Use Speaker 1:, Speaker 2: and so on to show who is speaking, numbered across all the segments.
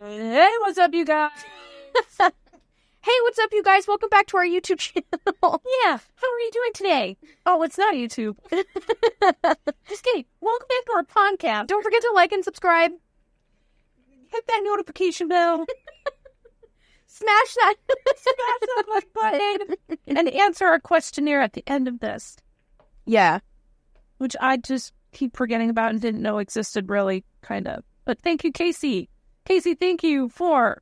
Speaker 1: Hey, what's up, you guys?
Speaker 2: Hey, what's up, you guys? Welcome back to our YouTube channel.
Speaker 1: Yeah, how are you doing today? Oh, it's not YouTube. Just kidding. Welcome back to our podcast.
Speaker 2: Don't forget to like and subscribe.
Speaker 1: Hit that notification bell.
Speaker 2: Smash that.
Speaker 1: Smash that like button. And answer our questionnaire at the end of this,
Speaker 2: yeah.
Speaker 1: which I just keep forgetting about and didn't know existed really, kind of. But thank you, Casey. Casey, thank you for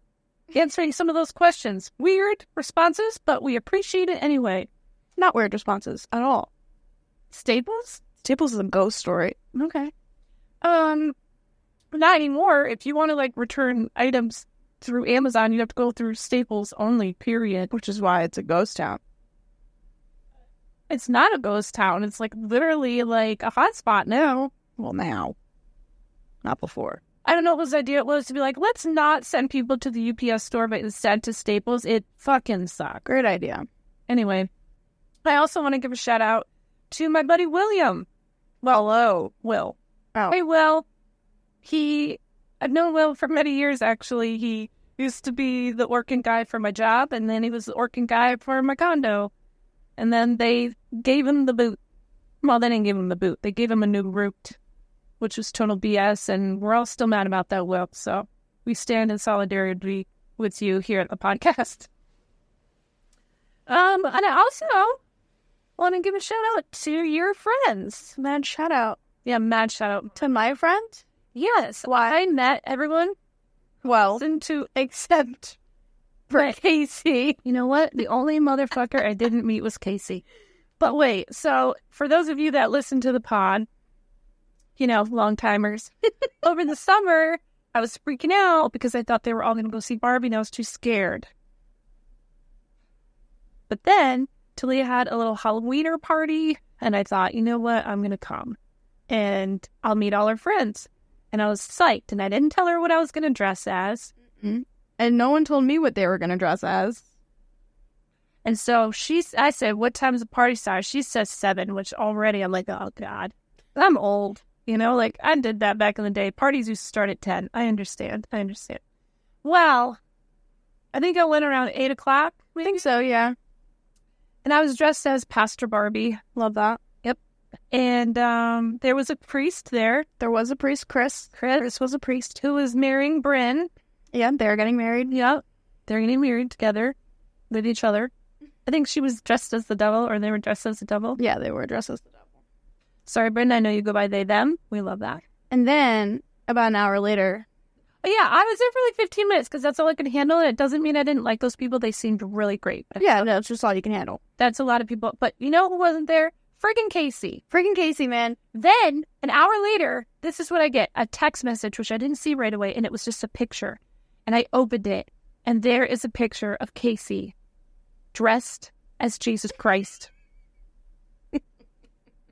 Speaker 1: answering some of those questions. Weird responses, but we appreciate it anyway.
Speaker 2: Not weird responses at all.
Speaker 1: Staples?
Speaker 2: Staples is a ghost story.
Speaker 1: Okay. Um, not anymore. If you want to like return items through Amazon, you have to go through Staples only. Period.
Speaker 2: Which is why it's a ghost town.
Speaker 1: It's not a ghost town. It's like literally like a hotspot now.
Speaker 2: Well, now. Not before.
Speaker 1: I don't know what his idea was to be like, let's not send people to the UPS store, but instead to Staples. It fucking sucks.
Speaker 2: Great idea.
Speaker 1: Anyway, I also want to give a shout out to my buddy William.
Speaker 2: Well, hello.
Speaker 1: Will.
Speaker 2: Oh.
Speaker 1: Hey, Will. He, I've known Will for many years, actually. He used to be the organ guy for my job, and then he was the organ guy for my condo. And then they gave him the boot. Well, they didn't give him the boot. They gave him a new root, which was total BS, and we're all still mad about that, Will. So we stand in solidarity with you here at the podcast. Um, and I also want to give a shout out to your friends.
Speaker 2: Mad shout out
Speaker 1: Yeah, mad shout out
Speaker 2: to my friend.
Speaker 1: Yes, why I met everyone
Speaker 2: Well,
Speaker 1: into
Speaker 2: except
Speaker 1: for Casey. You know what? The only motherfucker I didn't meet was Casey. But wait, so for those of you that listen to the pod, you know, long timers, over the summer, I was freaking out because I thought they were all going to go see Barbie and I was too scared. But then Talia had a little Halloweener party and I thought, you know what? I'm going to come and I'll meet all her friends. And I was psyched and I didn't tell her what I was going to dress as.
Speaker 2: Mm-hmm. and no one told me what they were going to dress as.
Speaker 1: And so she, I said, "What time's the party start?" She says seven, which already I'm like, "Oh God, I'm old." You know, like I did that back in the day. Parties used to start at ten. I understand. I understand. Well, I think I went around eight o'clock,
Speaker 2: I think so, yeah.
Speaker 1: and I was dressed as Pastor Barbie,
Speaker 2: Love that.
Speaker 1: and um, there was a priest there.
Speaker 2: There was a priest, Chris.
Speaker 1: Chris was a priest who was marrying Bryn.
Speaker 2: Yeah, they're getting married.
Speaker 1: Yep, they're getting married together with each other. I think she was dressed as the devil, or they were dressed as the devil.
Speaker 2: Yeah, they were dressed as the devil.
Speaker 1: Sorry, Brenda, I know you go by they, them. We love that.
Speaker 2: And then, about an hour later,
Speaker 1: But yeah, I was there for like 15 minutes because that's all I could handle. And it doesn't mean I didn't like those people. They seemed really great. But
Speaker 2: yeah, no, it's just all you can handle.
Speaker 1: That's a lot of people. But you know who wasn't there? Friggin' Casey.
Speaker 2: Freaking Casey, man.
Speaker 1: Then, an hour later, this is what I get a text message, which I didn't see right away. And it was just a picture. And I opened it. And there is a picture of Casey dressed as Jesus Christ. and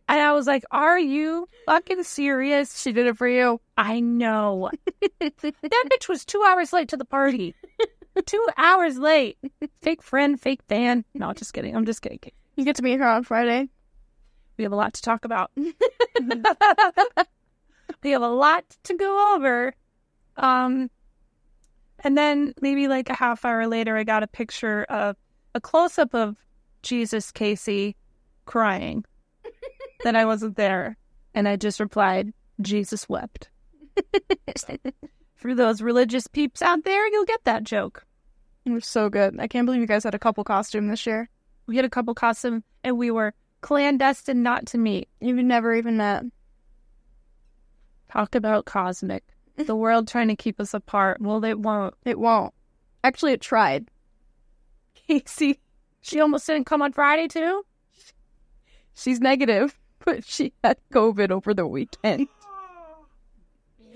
Speaker 1: I was like, Are you fucking serious?
Speaker 2: She did it for you.
Speaker 1: I know. That bitch was two hours late to the party. two hours late. Fake friend, fake fan. No, just kidding. I'm just kidding.
Speaker 2: you get to meet her on Friday.
Speaker 1: We have a lot to talk about. we have a lot to go over. Um, and then maybe like a half hour later, I got a picture of a close up of Jesus Casey crying that I wasn't there. And I just replied, Jesus wept. For those religious peeps out there, you'll get that joke.
Speaker 2: It was so good. I can't believe you guys had a couple costume this year.
Speaker 1: We had a couple costume and we were clandestine not to meet.
Speaker 2: You've never even met.
Speaker 1: Talk about cosmic. The world trying to keep us apart. Well, they won't.
Speaker 2: It won't. Actually, it tried.
Speaker 1: Casey, she almost didn't come on Friday, too.
Speaker 2: She's negative, but she had COVID over the weekend.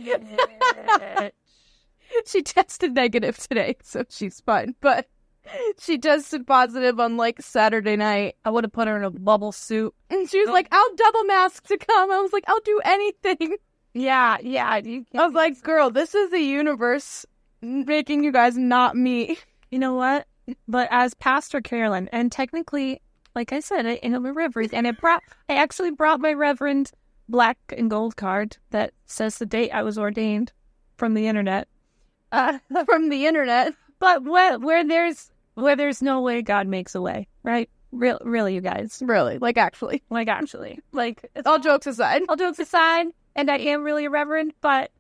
Speaker 2: she tested negative today, so she's fine. But she tested positive on like Saturday night.
Speaker 1: I would have put her in a bubble suit.
Speaker 2: And she was like, I'll double mask to come. I was like, I'll do anything.
Speaker 1: Yeah, yeah. You,
Speaker 2: I was like, girl, this is the universe making you guys not me.
Speaker 1: you know what? But as Pastor Carolyn, and technically, like I said, I am a reverend, and I brought, I actually brought my reverend black and gold card that says the date I was ordained from the internet. Uh,
Speaker 2: from the internet.
Speaker 1: but where, where there's where there's no way, God makes a way, right? Real, really, you guys. Oh
Speaker 2: Really, like actually. Oh,
Speaker 1: Like, actually, like it's
Speaker 2: All jokes aside.
Speaker 1: all jokes aside, and I am really irreverent, but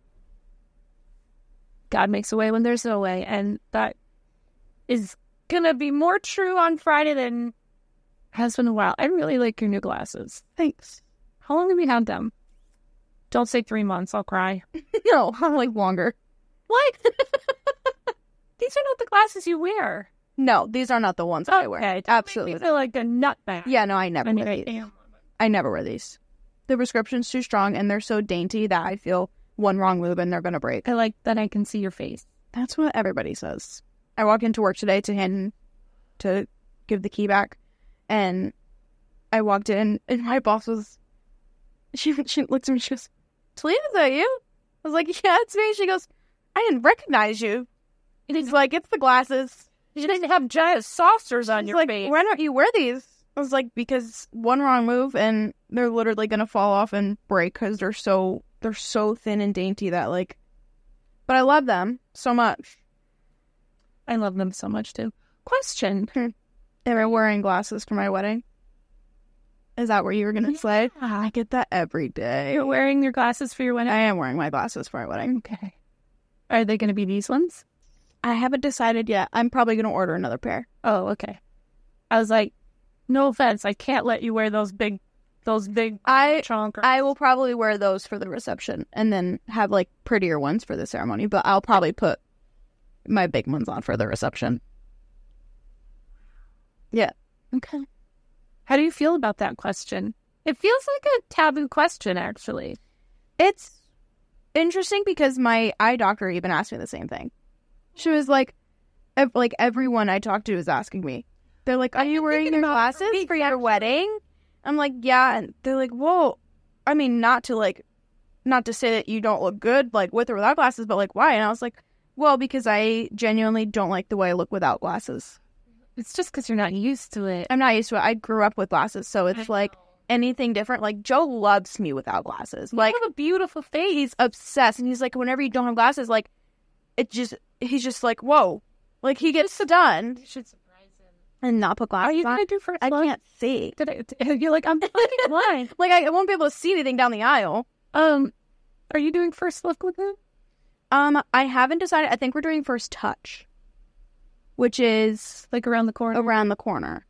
Speaker 1: God makes a way when there's no way, and that is gonna be more true on Friday than has been a while. I really like your new glasses.
Speaker 2: Thanks.
Speaker 1: How long have you had them? Don't say three months. I'll cry.
Speaker 2: No, I'm like longer.
Speaker 1: What? These are not the glasses you wear.
Speaker 2: No, these are not the ones I wear.
Speaker 1: Okay, don't make
Speaker 2: Absolutely.
Speaker 1: You feel like a nutbag.
Speaker 2: Yeah, no, I never
Speaker 1: I mean,
Speaker 2: wear
Speaker 1: I
Speaker 2: these.
Speaker 1: am.
Speaker 2: I never wear these. The prescription's too strong and they're so dainty that I feel one wrong move and they're gonna break.
Speaker 1: I like that I can see your face.
Speaker 2: That's what everybody says. I walked into work today to hand to give the key back, and I walked in, and my boss was. She she looked at me. She goes, "Talia, is that you?" I was like, "Yeah, it's me." She goes, "I didn't recognize you." And he's like, "It's the glasses."
Speaker 1: You didn't have giant saucers on
Speaker 2: She's
Speaker 1: your
Speaker 2: like,
Speaker 1: face.
Speaker 2: "Why don't you wear these?" I was like, "Because one wrong move, and they're literally gonna fall off and break because they're so they're so thin and dainty that like." But I love them so much.
Speaker 1: I love them so much too. Question.
Speaker 2: Am I wearing glasses for my wedding? Is that where you were gonna say? I get that every day.
Speaker 1: You're wearing your glasses for your wedding?
Speaker 2: I am wearing my glasses for my wedding.
Speaker 1: Okay. Are they going to be these ones?
Speaker 2: I haven't decided yet. I'm probably gonna order another pair.
Speaker 1: Oh, okay. I was like, no offense, I can't let you wear those big, those big
Speaker 2: I
Speaker 1: trunk. Or-
Speaker 2: I will probably wear those for the reception and then have like prettier ones for the ceremony, but I'll probably put my big ones on for the reception.
Speaker 1: okay. How do you feel about that question? It feels like a taboo question, actually.
Speaker 2: It's interesting because my eye doctor even asked me the same thing. She was like, ev- like everyone I talked to is asking me. They're like, "Are you wearing
Speaker 1: thinking
Speaker 2: your
Speaker 1: about it for
Speaker 2: glasses
Speaker 1: weeks,
Speaker 2: for your
Speaker 1: actually.
Speaker 2: wedding?" I'm like, "Yeah," and they're like, "Whoa." I mean, not to like, not to say that you don't look good like with or without glasses, but like, why? And I was like, "Well, because I genuinely don't like the way I look without glasses.
Speaker 1: It's just because you're not used to it.
Speaker 2: I'm not used to it. I grew up with glasses, so it's
Speaker 1: I
Speaker 2: like anything different. Like Joe loves me without glasses. Like
Speaker 1: you have a beautiful face.
Speaker 2: obsessed and he's like whenever you don't have glasses like it just he's just like whoa like he gets stunned
Speaker 1: should surprise him.
Speaker 2: and not put
Speaker 1: Are
Speaker 2: glasses
Speaker 1: you
Speaker 2: on
Speaker 1: going to do first
Speaker 2: i
Speaker 1: look?
Speaker 2: can't see
Speaker 1: Did I, you're like, I'm fucking blind.
Speaker 2: like I, I won't be able to see anything down the aisle
Speaker 1: Um, are you doing first look with him?
Speaker 2: um i haven't decided i think we're doing first touch which is
Speaker 1: Like around the corner?
Speaker 2: around the corner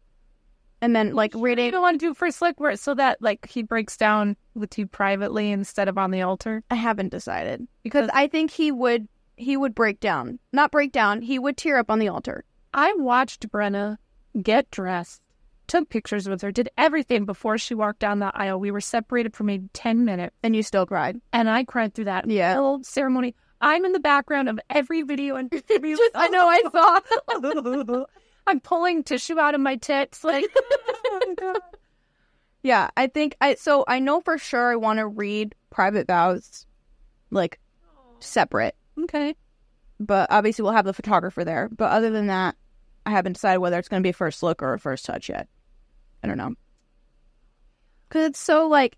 Speaker 2: and then like
Speaker 1: You
Speaker 2: reading
Speaker 1: don't want to do first look where so that like he breaks down with you privately instead of on the altar.
Speaker 2: i haven't decided because i think he would he would break down not break down he would tear up on the altar
Speaker 1: I watched Brenna get dressed, took pictures with her, did everything before she walked down the aisle. We were separated for maybe ten minutes,
Speaker 2: and you still cried
Speaker 1: and I cried through that
Speaker 2: Yeah.
Speaker 1: whole ceremony. I'm in the background of every video and
Speaker 2: Just- I know, I
Speaker 1: saw. I'm pulling tissue out of my tits, like oh
Speaker 2: Yeah, I think I so I know for sure I want to read private vows like separate,
Speaker 1: okay.
Speaker 2: but obviously we'll have the photographer there. But other than that, I haven't decided whether it's going to be a first look or a first touch yet. I don't know. Cuz it's so like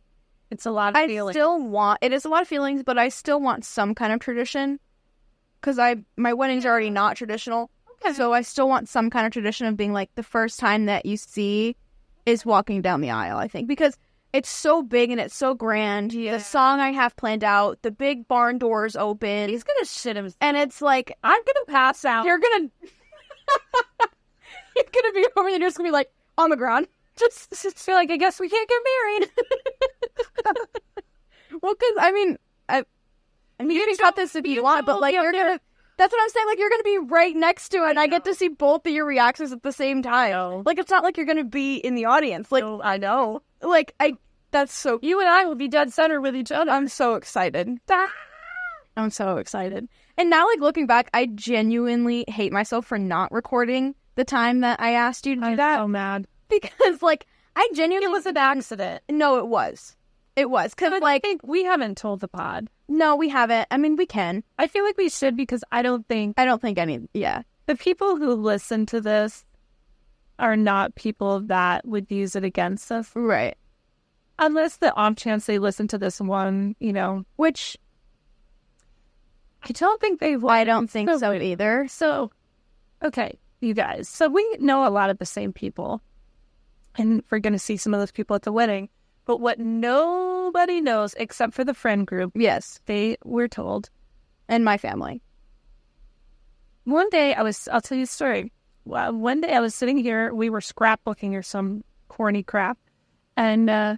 Speaker 1: It's a lot of
Speaker 2: I
Speaker 1: feeling.
Speaker 2: still want it is a lot of feelings, but I still want some kind of tradition cuz I my weddings are already not traditional.
Speaker 1: Okay.
Speaker 2: So I still want some kind of tradition of being like the first time that you see is walking down the aisle, I think, because it's so big and it's so grand.
Speaker 1: Yeah.
Speaker 2: The song I have planned out, the big barn doors open.
Speaker 1: He's gonna shit himself.
Speaker 2: and it's like
Speaker 1: I'm gonna pass out.
Speaker 2: you're gonna You're gonna be over there and you're just gonna be like on the ground.
Speaker 1: just, just feel like I guess we can't get married.
Speaker 2: Well, cause I mean I I mean you can cut this if you want, but like you're gonna that's what I'm saying, like you're gonna be right next to it and I get to see both of your reactions at the same time. Like it's not like you're gonna be in the audience. Like
Speaker 1: I know.
Speaker 2: like I that's so
Speaker 1: You and I will be dead center with each other.
Speaker 2: I'm so excited. I'm so excited. And now like looking back, I genuinely hate myself for not recording the time that I asked you to do
Speaker 1: I'm
Speaker 2: that
Speaker 1: so mad.
Speaker 2: because like I
Speaker 1: It
Speaker 2: genuinely
Speaker 1: was an accident.
Speaker 2: No, it was. It was cuz
Speaker 1: But I
Speaker 2: like
Speaker 1: think we haven't told the pod.
Speaker 2: no, we haven't. I mean, we can.
Speaker 1: I feel like we should because I don't think
Speaker 2: I don't think any yeah.
Speaker 1: the people who listen to this are not people that would use it against us,
Speaker 2: Right.
Speaker 1: unless the off chance they listen to this one. You know,
Speaker 2: Which
Speaker 1: I don't think they would.
Speaker 2: I don't think
Speaker 1: So-
Speaker 2: so either.
Speaker 1: So, okay, you guys. So we know a lot of the same people, and we're going to see some of those people at the wedding. But what nobody knows, except for the friend group,
Speaker 2: Yes,
Speaker 1: they were told
Speaker 2: and my family.
Speaker 1: one day. I was. I'll tell you a story. Well, one day I was sitting here. We were scrapbooking or some corny crap, and uh,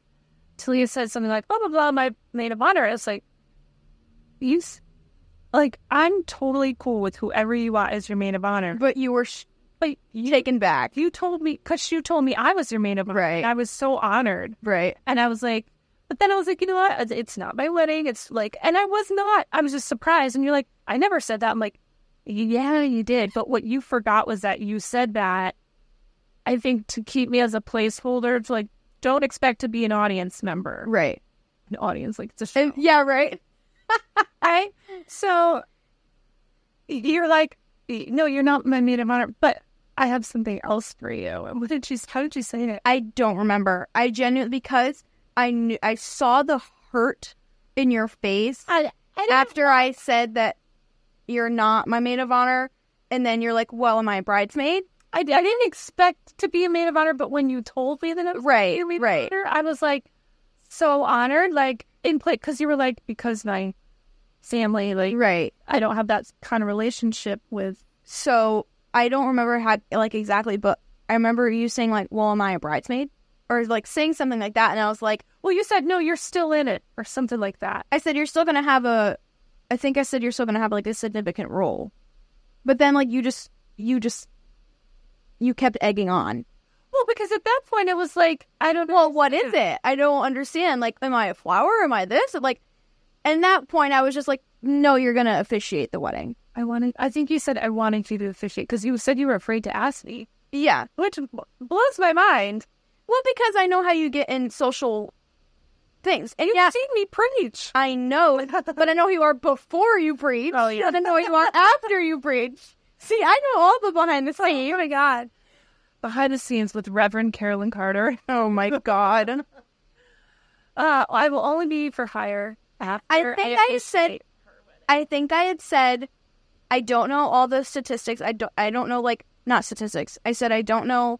Speaker 1: Talia said something like blah blah blah. My maid of honor. I was like, you. s- Like I'm totally cool with whoever you are as your maid of honor,
Speaker 2: But you were sh-
Speaker 1: but you
Speaker 2: taken back,
Speaker 1: you told me because you told me I was your maid of honor.
Speaker 2: Right.
Speaker 1: and I was so honored,
Speaker 2: right?
Speaker 1: and I was like, but then I was like, you know what? It's- It's not my wedding. It's like, and I was not. I was just surprised. And you're like, I never said that. I'm like, yeah, you did. But what you forgot was that you said that. I think to keep me as a placeholder, it's like, don't expect to be an audience member.
Speaker 2: Right?
Speaker 1: An audience, like it's a show.
Speaker 2: And- yeah, right.
Speaker 1: I so you're like, no, you're not my maid of honor, but I have something else for you. And what did she? How did she say it?
Speaker 2: I don't remember. I genuinely because I knew I saw the hurt in your face
Speaker 1: I, I
Speaker 2: after I said that you're not my maid of honor, and then you're like, "Well, am I a bridesmaid?"
Speaker 1: I, I didn't expect to be a maid of honor, but when you told me that, I was
Speaker 2: Right,
Speaker 1: your maid of
Speaker 2: right.
Speaker 1: honor, I was like so honored, like in play, because you were like because my family, like
Speaker 2: Right.
Speaker 1: I don't have that kind of relationship with.
Speaker 2: So I don't remember how like exactly, but I remember you saying like, "Well, am I a bridesmaid?" or like saying something like that, and I was like,
Speaker 1: Well, you said no, you're still in it, or something like that.
Speaker 2: "I said you're still gonna have a," I think I said you're still gonna have like a significant role, but then like you just you just you kept egging on.
Speaker 1: Well, because at that point it was like I don't.
Speaker 2: Well, what is it? I don't understand. Like, am I a flower? Am I this? And, Like, and that point, I was just like, "No, you're gonna officiate the wedding."
Speaker 1: I wanted. I think you said I wanted you to officiate because you said you were afraid to ask me,
Speaker 2: Yeah.
Speaker 1: which bl- blows my mind.
Speaker 2: Well, because I know how you get in social things, and
Speaker 1: You've
Speaker 2: yeah,
Speaker 1: seen me preach.
Speaker 2: I know, but I know who you are before you breed.
Speaker 1: Oh, yeah.
Speaker 2: I don't know who you are after you breed. See, I know all the behind the scenes. Oh my god.
Speaker 1: Behind the scenes with Reverend Carolyn Carter.
Speaker 2: Oh my god.
Speaker 1: Uh, I will only be for hire after.
Speaker 2: think I said-
Speaker 1: officiate.
Speaker 2: I think I had said I don't know all the statistics. I don't I don't know like not statistics. I said I don't know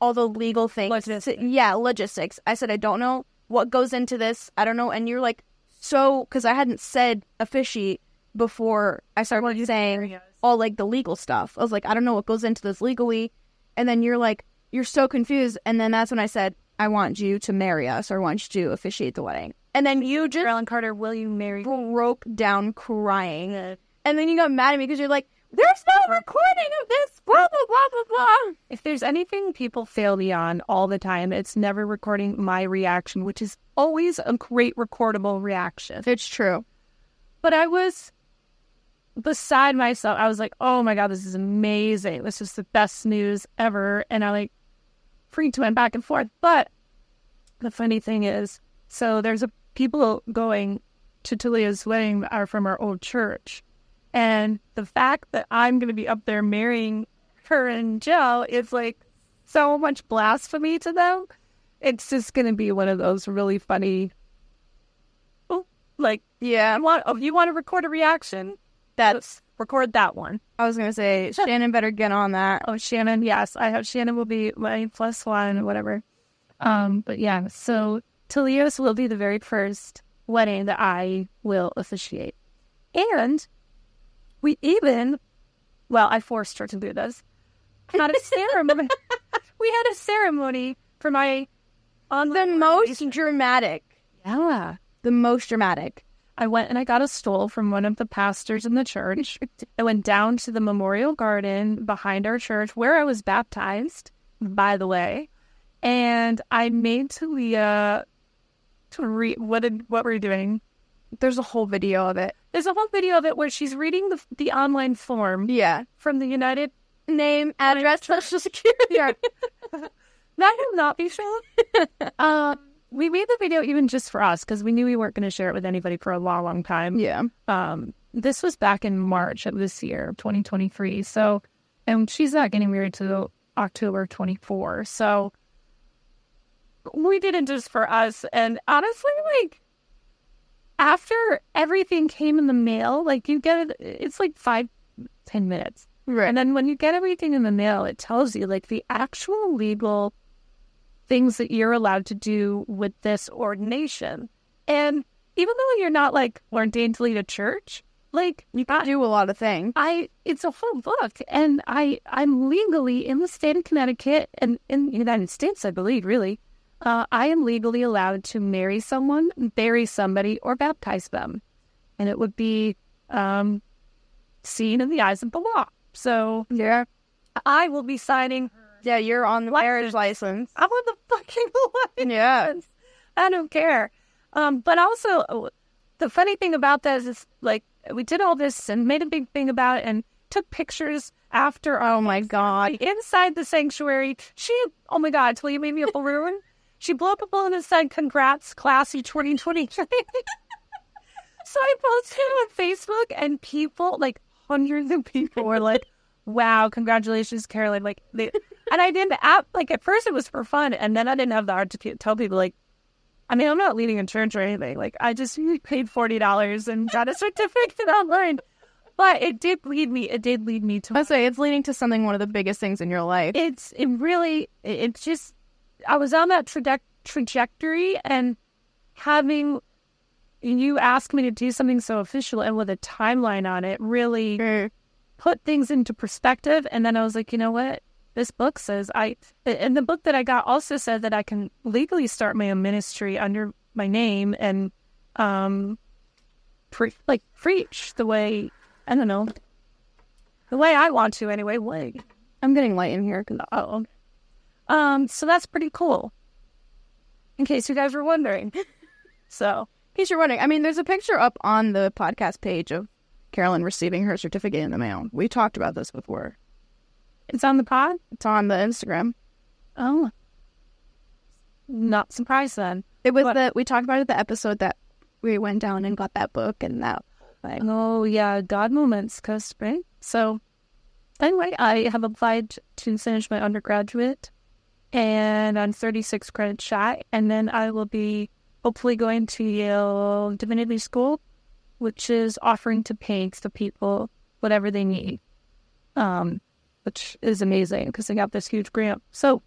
Speaker 2: all the legal things.
Speaker 1: Logistics.
Speaker 2: Yeah, logistics. I said I don't know what goes into this. I don't know and you're like so cuz I hadn't said officiate before I started saying all like the legal stuff. I was like I don't know what goes into this legally. And then you're like you're so confused and then that's when I said I want you to marry us or I want you to officiate the wedding. And then you just
Speaker 1: Carolyn Carter, will you marry? me?
Speaker 2: broke down crying. And then you got mad at me because you're like, there's no recording of this, blah, blah, blah, blah, blah.
Speaker 1: If there's anything people fail me on all the time, it's never recording my reaction, which is always a great recordable reaction.
Speaker 2: It's true.
Speaker 1: But I was beside myself. I was like, "Oh my god, this is amazing! This is the best news ever!" And I like freaked went back and forth. But the funny thing is, so there's a people going to Talia's wedding are from our old church, and the fact that I'm going to be up there marrying her and Joe is like so much blasphemy to them. It's just going to be one of those really funny, oh, like
Speaker 2: Yeah.
Speaker 1: I want oh, you want to record a reaction?
Speaker 2: That's,
Speaker 1: Record that one.
Speaker 2: I was going to say, Shannon better get on that.
Speaker 1: Oh, Shannon, yes, I hope Shannon will be my plus one, whatever. Um, but yeah, so Talios will be the very first wedding that I will officiate, and we even, well, I forced her to do this. Not a ceremony. we had a ceremony for my on
Speaker 2: The most dramatic.
Speaker 1: yeah.
Speaker 2: The most dramatic.
Speaker 1: I went and I got a stole from one of the pastors in the church. I went down to the memorial garden behind our church where I was baptized, by the way. And I made Talia to read what did, what were you doing?
Speaker 2: There's a whole video of it.
Speaker 1: There's a whole video of it where she's reading the the online form
Speaker 2: Yeah.
Speaker 1: from the United.
Speaker 2: Name, address, social security. Yeah.
Speaker 1: That will not be shown. um, we made the video even just for us because we knew we weren't going to share it with anybody for a long, long time.
Speaker 2: yeah.
Speaker 1: um this was back in march of this year 2023 so and she's not getting married till october 24 so we did it just for us and honestly like after everything came in the mail, like you get it, it's like five, ten minutes.
Speaker 2: Right.
Speaker 1: And then when you get everything in the mail, it tells you like the actual legal things that you're allowed to do with this ordination. And even though you're not like ordained to lead a church, like
Speaker 2: you can do a lot of things.
Speaker 1: I it's a whole book and I I'm legally in the state of Connecticut and in the United States I believe really uh, I am legally allowed to marry someone, bury somebody, or baptize them, and it would be um, seen in the eyes of the law. So
Speaker 2: Yeah.
Speaker 1: I will be signing.
Speaker 2: Yeah, you're on the
Speaker 1: License.
Speaker 2: marriage license.
Speaker 1: I'm on the fucking line.
Speaker 2: Yeah.
Speaker 1: I don't care. Um, but also, the funny thing about this is like we did all this and made a big thing about it and took pictures after
Speaker 2: Oh my god.
Speaker 1: inside the sanctuary. She, oh my God, till you made me a balloon. She blew up a balloon and said, Congrats, classy 2023. so I posted it on Facebook, and people, like hundreds of people, were like, Wow, congratulations, Carolyn. Like, they, and I didn't app, like, at first it was for fun, and then I didn't have the heart to pe- tell people, like, I mean, I'm not leading a church or anything. Like, I just paid $40 and got a certificate online. But it did lead me, it did lead me to
Speaker 2: I say it's leading to something one of the biggest things in your life.
Speaker 1: it's it really it- it's just i was on that traje- trajectory and having you ask me to do something so official and with a timeline on it really
Speaker 2: Sure.
Speaker 1: put things into perspective and then i was like you know what this book says i and the book that i got also said that i can legally start my own ministry under my name and um pre- like preach the way i don't know the way i want to anyway like
Speaker 2: I'm getting light in here. 'cause-
Speaker 1: Oh. okay. Um, so that's pretty cool. In case you guys were wondering. So
Speaker 2: In case you're wondering, I mean, there's a picture up on the podcast page of Carolyn receiving her certificate in the mail. We talked about this before.
Speaker 1: it's on the pod?
Speaker 2: It's on the Instagram.
Speaker 1: Oh. Not surprised then.
Speaker 2: It was
Speaker 1: What?
Speaker 2: the we talked about it the episode that we went down and got that book and that. Like,
Speaker 1: Oh yeah, God moments, Coast right? So anyway, I have applied to finish my undergraduate and I'm thirty six credits shy and then I will be hopefully going to Yale Divinity School, which is offering to pay to people whatever they need. Um, which is amazing because they got this huge grant. So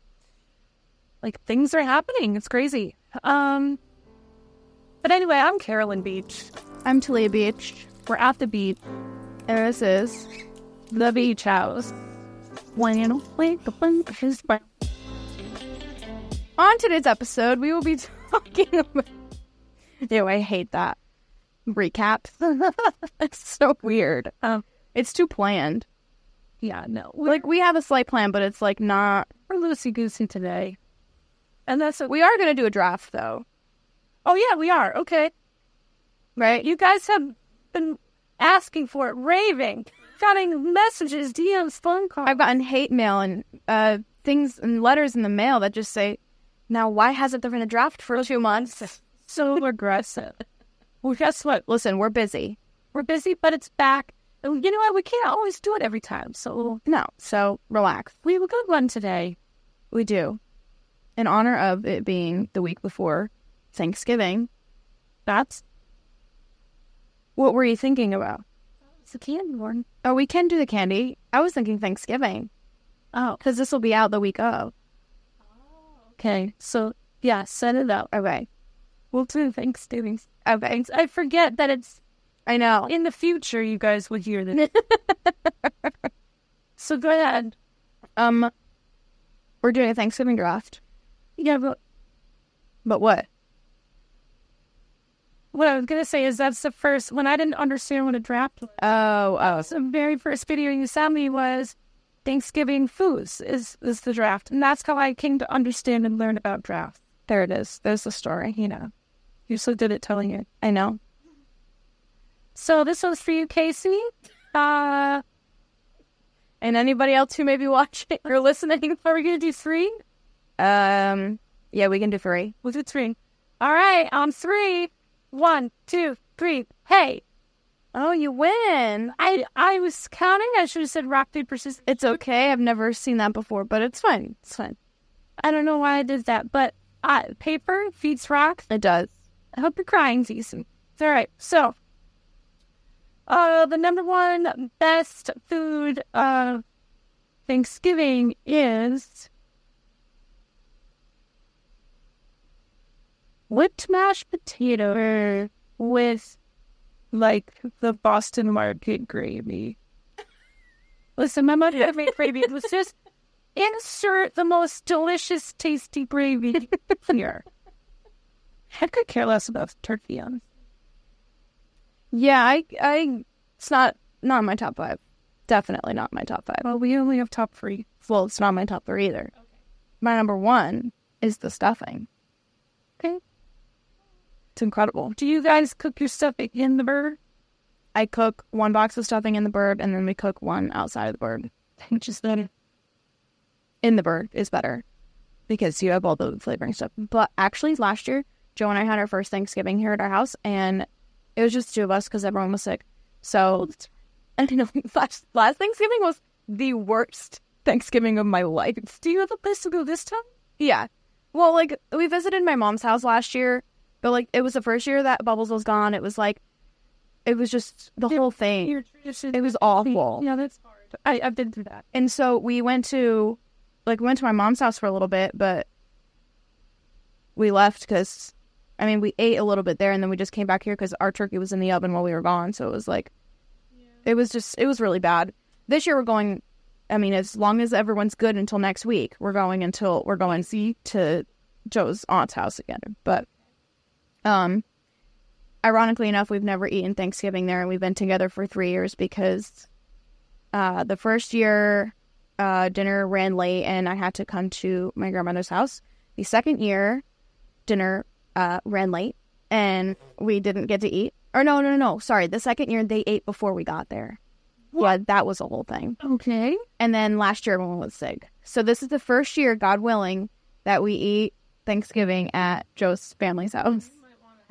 Speaker 1: like things are happening. It's crazy. Um but anyway, I'm Carolyn Beach.
Speaker 2: I'm Talia Beach.
Speaker 1: We're at the beach.
Speaker 2: And this is
Speaker 1: The beach house. When wake up and his breath.
Speaker 2: on today's episode. We will be talking about. Ew, I hate that recap. it's so weird.
Speaker 1: Um,
Speaker 2: It's too planned.
Speaker 1: yeah, no. We're,
Speaker 2: Like we have a slight plan, but it's like not.
Speaker 1: we're loosey goosey today. And that's what we.
Speaker 2: We are gonna do a draft though,
Speaker 1: Oh, yeah, we are. Okay.
Speaker 2: right?
Speaker 1: You guys have been asking for it, raving, getting messages, DMs, phone calls.
Speaker 2: I've gotten hate mail and uh, things and letters in the mail that just say, "Now why hasn't there been a draft for two months?"
Speaker 1: so aggressive. well, guess what?
Speaker 2: Listen, we're busy.
Speaker 1: We're busy, but it's back. And you know what? We can't always do it every time. So
Speaker 2: No, so relax.
Speaker 1: we have a good one today.
Speaker 2: We do. In honor of it being the week before Thanksgiving,
Speaker 1: That's
Speaker 2: what were you thinking about?
Speaker 1: it's a candy one.
Speaker 2: Oh, we can do the candy. I was thinking Thanksgiving
Speaker 1: Oh,
Speaker 2: because this will be out the week of.
Speaker 1: okay. So, yeah, set it up.
Speaker 2: Okay.
Speaker 1: We'll do Thanksgiving.
Speaker 2: Okay.
Speaker 1: I forget that it's
Speaker 2: I know.
Speaker 1: in the future. You guys will hear this. so go ahead.
Speaker 2: Um, we're doing a Thanksgiving draft,
Speaker 1: Yeah, but
Speaker 2: but what?
Speaker 1: what I was gonna say is that's the first when I didn't understand what a draft was.
Speaker 2: Oh, oh,
Speaker 1: The very first video you sent me was Thanksgiving foods is is the draft, and that's how I came to understand and learn about draft.
Speaker 2: there it is. There's the story.
Speaker 1: You know, you're so good at telling it.
Speaker 2: I know.
Speaker 1: So this one's for you, Casey. Uh,
Speaker 2: And anybody else who may be watching or listening,
Speaker 1: are we gonna do three?
Speaker 2: um, yeah, we can do three.
Speaker 1: We'll do three. All right, on three. One, two, three. Hey,
Speaker 2: Oh, you win.
Speaker 1: I I was counting. I should have said rock paper scissors.
Speaker 2: It's okay. I've never seen that before, but it's fine. It's fine.
Speaker 1: I don't know why I did that, but uh, paper feeds rock.
Speaker 2: It does.
Speaker 1: I hope you're crying, Jason. It's all right. So, uh, the number one best food of Thanksgiving is whipped mashed potato with like the Boston Market gravy. Listen, my mother yeah. made gravy. It was just insert the most delicious, tasty gravy here. I could care less about turkey on.
Speaker 2: Yeah, I, I, it's not not my top five. Definitely not my top five.
Speaker 1: Well, we only have top three.
Speaker 2: Well, it's not my top three either. Okay. My number one is the stuffing.
Speaker 1: Okay.
Speaker 2: It's incredible.
Speaker 1: Do you guys cook your stuffing in the bird?
Speaker 2: I cook one box of stuffing in the bird, and then we cook one outside of the bird.
Speaker 1: Which is better.
Speaker 2: In the bird is better because you have all the flavoring stuff. But actually, last year, Joe and I had our first Thanksgiving here at our house, and it was just two of us because everyone was sick. So, I don't know. Last, last Thanksgiving was the worst Thanksgiving of my life.
Speaker 1: Do you have a place to go this time?
Speaker 2: Yeah. Well, like we visited my mom's house last year, but like it was the first year that Bubbles was gone. It was like, it was just the
Speaker 1: Yeah,
Speaker 2: whole thing. It was
Speaker 1: awful.
Speaker 2: awful.
Speaker 1: Yeah, that's hard. I, I've been through that.
Speaker 2: And so we went to, like, we went to my mom's house for a little bit, but we left because, I mean, we ate a little bit there, and then we just came back here because our turkey was in the oven while we were gone. So it was like, it was just, it was really bad. This year we're going. I mean, as long as everyone's good until next week, we're going until we're going see to Joe's aunt's house again. But, um, ironically enough, we've never eaten Thanksgiving there, and we've been together for three years because uh, the first year uh, dinner ran late and I had to come to my grandmother's house. The second year dinner uh, ran late and we didn't get to eat. Or no, no, no, no. Sorry. The second year they ate before we got there. Yeah, that was a whole thing.
Speaker 1: Okay.
Speaker 2: And then last year everyone was sick. So this is the first year, God willing, that we eat Thanksgiving at Joe's family's house.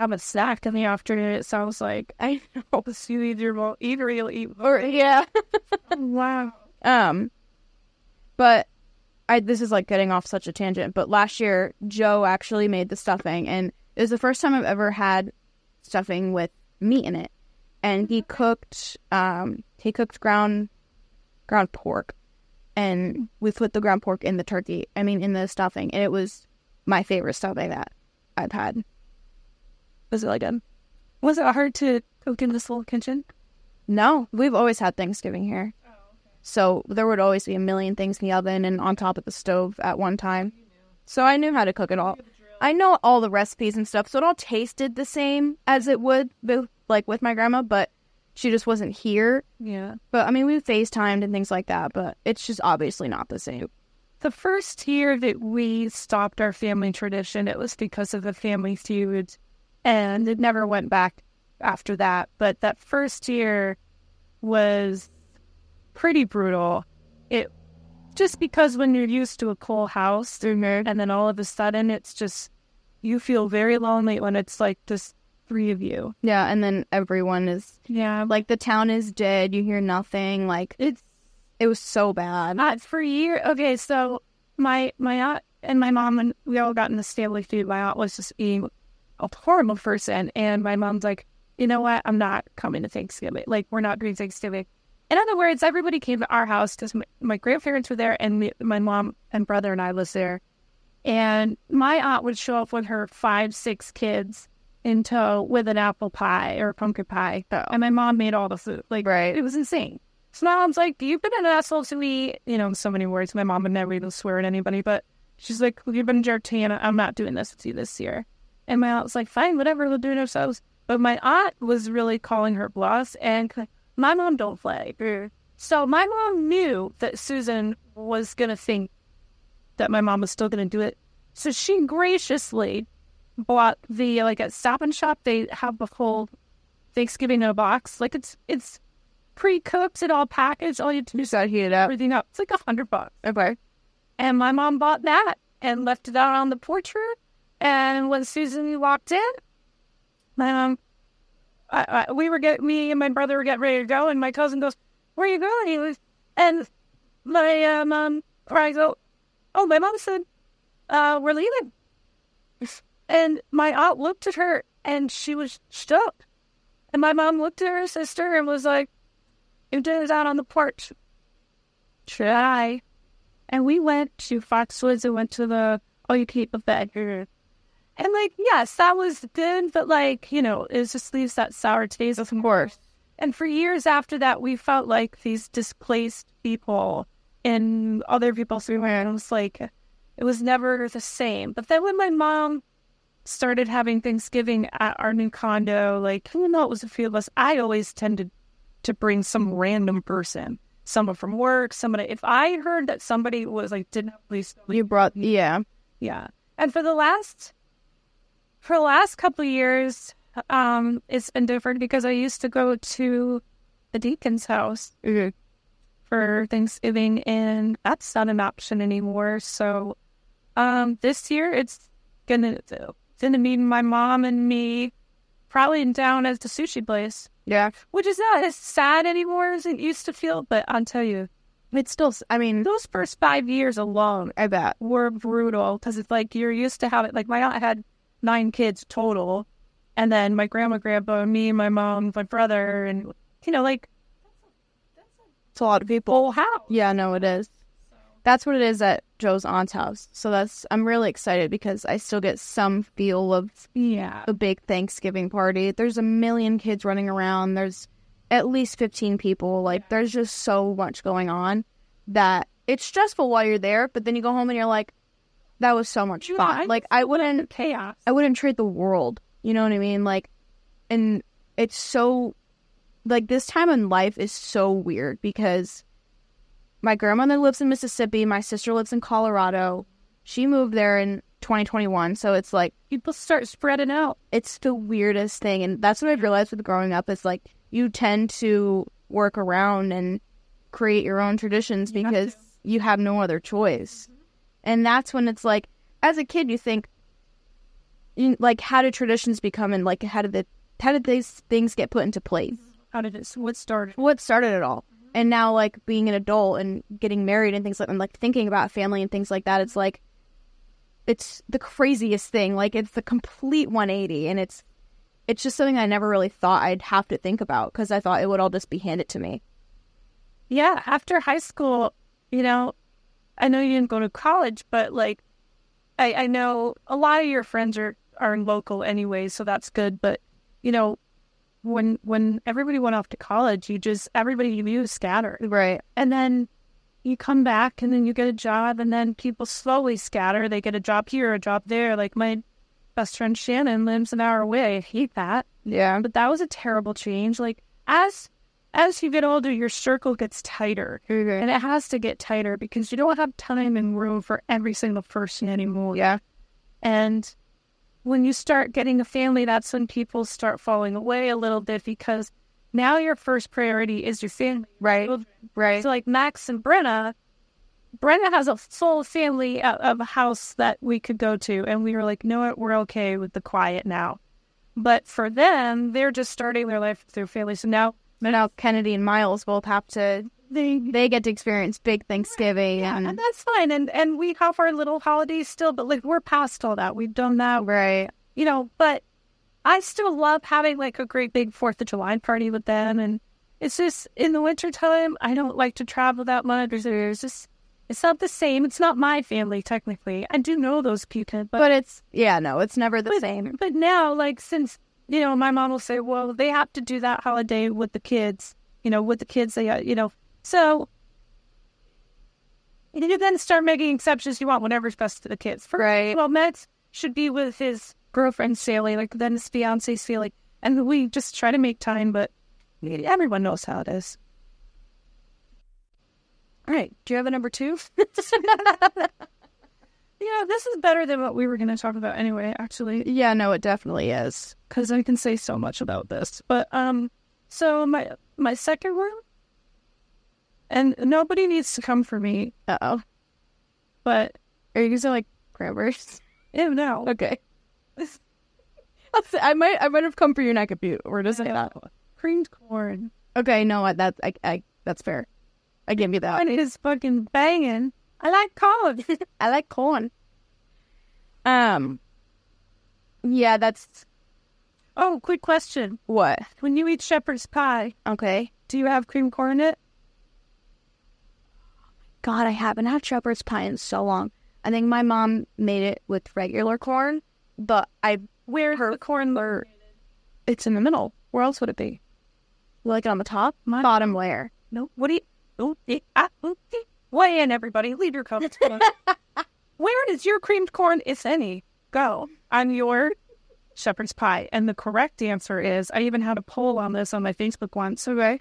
Speaker 1: Have a snack in the afternoon. It sounds like
Speaker 2: I
Speaker 1: oh, so you either won't eat or you'll eat.
Speaker 2: or yeah.
Speaker 1: wow.
Speaker 2: Um, but I this is like getting off such a tangent. But last year, Joe actually made the stuffing, and it was the first time I've ever had stuffing with meat in it. And he cooked, um, he cooked ground ground pork, and we put the ground pork in the turkey. I mean, in the stuffing, and it was my favorite stuffing that I've had. It was really good.
Speaker 1: Was it hard to cook in this little kitchen?
Speaker 2: No, we've always had Thanksgiving here. So there would always be a million things in the oven and on top of the stove at one time. So I knew how to cook it all. I know all the recipes and stuff, so it all tasted the same as it would with, like with my grandma, but she just wasn't here.
Speaker 1: Yeah.
Speaker 2: But I mean, we FaceTimed and things like that, but it's just obviously not the same.
Speaker 1: The first year that we stopped our family tradition, it was because of the family feud, and it never went back after that. But that first year was pretty brutal. It just because when you're used to a cool house, and then all of a sudden it's just you feel very lonely when it's like just three of you.
Speaker 2: Yeah, and then everyone is
Speaker 1: Yeah,
Speaker 2: like the town is dead, you hear nothing. Like
Speaker 1: it's
Speaker 2: it was so bad.
Speaker 1: Uh, Not for a year. Okay, so my my aunt and my mom and we all got in the family food. My aunt was just eating a horrible person, and my mom's like, you know what? I'm not coming to Thanksgiving. Like, we're not doing Thanksgiving. In other words, everybody came to our house because my, my grandparents were there, and me, my mom and brother and I was there. And my aunt would show up with her five, six kids in tow with an apple pie or a pumpkin pie, and my mom made all the food. Like,
Speaker 2: Right.
Speaker 1: it was insane. So now I'm like, you've been an asshole to me. You know, so many words. My mom would never even swear at anybody, but she's like, you've been a jerk to me, and I'm not doing this with you this year. And my aunt was like, fine, whatever, we'll do it ourselves. But my aunt was really calling her bluff, and my mom don't play. So my mom knew that Susan was going to think that my mom was still going to do it. So she graciously bought the, like at Stop and Shop, they have the whole Thanksgiving in a box. Like it's, it's, pre-cooked it all packaged all you have to do is
Speaker 2: got heated up.
Speaker 1: everything up it's like a hundred bucks
Speaker 2: Okay.
Speaker 1: and my mom bought that and left it out on the porch room. And when Susan walked in, my mom, I, I, we were get me and my brother were getting ready to go, and my cousin goes, "Where are you going?" He was, and my uh, mom, or I go, "Oh, my mom said uh, we're leaving." And my aunt looked at her, and she was shook. And my mom looked at her sister and was like, Your dinner's out on the porch. Should I? And we went to Foxwoods and went to the all you can eat buffet. And like, yes, that was good, but like, you know, it just leaves that sour taste.
Speaker 2: Of course.
Speaker 1: And for years after that, we felt like these displaced people in other people's room. And it was like, it was never the same. But then when my mom started having Thanksgiving at our new condo, like, even though it was a few of us, I always tended to bring some random person, someone from work, somebody. If I heard that somebody was like, didn't have police,
Speaker 2: You brought, yeah.
Speaker 1: yeah. And for the last for the last couple of years, um, it's been different because I used to go to the deacon's house
Speaker 2: Mhm.
Speaker 1: for Thanksgiving and that's not an option anymore. So um this year it's gonna it's gonna be my mom and me probably down at the sushi place.
Speaker 2: Yeah.
Speaker 1: Which is not as sad anymore as it used to feel, but I'll tell you,
Speaker 2: It's still, s- I mean,
Speaker 1: those first five years alone
Speaker 2: I bet.
Speaker 1: were brutal because it's like you're used to having like my aunt had nine kids total, and then my grandma, grandpa, me, my mom, my brother, and you know like
Speaker 2: It's a lot of people.
Speaker 1: whole house.
Speaker 2: Yeah, no, it is. That's what it is at Joe's aunt's house. So that's I'm really excited because I still get some feel of
Speaker 1: Yeah,
Speaker 2: a big Thanksgiving party. There's a million kids running around. There's at least 15 people. Like there's just so much going on that it's stressful while you're there, but then you go home and you're like that was so much
Speaker 1: Yeah, I
Speaker 2: fun. Like I wouldn't
Speaker 1: chaos.
Speaker 2: I wouldn't trade the world. You know what I mean? Like, and it's so, like, this time in life is so weird because my grandmother lives in Mississippi. My sister lives in Colorado. She moved there in 2021. So it's like,
Speaker 1: People start spreading out.
Speaker 2: it's the weirdest thing. And that's what I've realized with growing up is like, you tend to work around and create your own traditions
Speaker 1: You have
Speaker 2: because
Speaker 1: to.
Speaker 2: you have no other choice. And that's when it's like, as a kid, you think, you, like, how did traditions become and like, how did the, how did these things get put into place?
Speaker 1: How did it? What started?
Speaker 2: What started it all? And now, like, being an adult and getting married and things like, and like thinking about family and things like that, it's like, it's the craziest thing. Like, it's the complete 180. And it's, it's just something I never really thought I'd have to think about because I thought it would all just be handed to me.
Speaker 1: Yeah, after high school, you know, I know you didn't go to college, but like, I, I know a lot of your friends are are local anyway, so that's good. But you know, when when everybody went off to college, you just everybody you knew scattered,
Speaker 2: Right.
Speaker 1: and then you come back, and then you get a job, and then people slowly scatter. They get a job here, a job there. Like my best friend Shannon lives an hour away. I hate that
Speaker 2: Yeah.
Speaker 1: but that was a terrible change. Like as as you get older, your circle gets tighter, and it has to get tighter because you don't have time and room for every single person anymore.
Speaker 2: Yeah.
Speaker 1: And when you start getting a family, that's when people start falling away a little bit because now your first priority is your family.
Speaker 2: Right.
Speaker 1: Well,
Speaker 2: Right.
Speaker 1: So like Max and Brenna, Brenna has a full family of, of a house that we could go to, and we were like, no, what, we're okay with the quiet now. But for them, they're just starting their life with their family, so now
Speaker 2: But now Kennedy and Miles both have to,
Speaker 1: they
Speaker 2: they get to experience big Thanksgiving.
Speaker 1: and
Speaker 2: And,
Speaker 1: that's fine, and and we have our little holidays still, but like we're past all that. We've done that,
Speaker 2: right.
Speaker 1: you know. But I still love having like a great big Fourth of July party with them, and it's just in the wintertime, I don't like to travel that much. It's just it's not the same. It's not my family technically. I do know those people, but
Speaker 2: But it's, yeah, no, it's never the same.
Speaker 1: but now, like, since, you know, my mom will say, well, they have to do that holiday with the kids, you know, with the kids, they, uh, you know, so and you then start making exceptions you want, whatever's best for the kids. First,
Speaker 2: Right.
Speaker 1: Well, Max should be with his girlfriend, Sally, like, then his fiancee, Sally. And we just try to make time, but everyone knows how it is.
Speaker 2: All right. Do you have a number two?
Speaker 1: You know, this is better than what we were going to talk about anyway, actually.
Speaker 2: yeah, no, it definitely is.
Speaker 1: because I can say so much about this. But um, so my my second room, and nobody needs to come for me.
Speaker 2: Uh oh.
Speaker 1: But
Speaker 2: Are you gonna say like grabbers?
Speaker 1: ew, no,
Speaker 2: Okay. That's- I might I might have come for your neck of butte or does it
Speaker 1: Ew.
Speaker 2: not?
Speaker 1: creamed corn
Speaker 2: Okay, no, I- that's I, I that's fair. I give you that.
Speaker 1: and it is fucking banging. I like corn.
Speaker 2: I like corn. Um. Yeah, that's
Speaker 1: Oh, quick question.
Speaker 2: What?
Speaker 1: When you eat shepherd's pie,
Speaker 2: Okay.
Speaker 1: do you have cream corn in it?
Speaker 2: God, I haven't had shepherd's pie in so long. I think my mom made it with regular corn, but I
Speaker 1: Where's
Speaker 2: Her-
Speaker 1: the corn
Speaker 2: or it's in the middle. Where else would it be? Like on the top,
Speaker 1: My-
Speaker 2: bottom layer.
Speaker 1: No, what do you? Oh, eh, ah, oh, eh. Weigh in, everybody. Leave your comments. below. Where is your creamed corn, if any, go on your shepherd's pie? And the correct answer is I even had a poll on this on my Facebook once.
Speaker 2: Okay.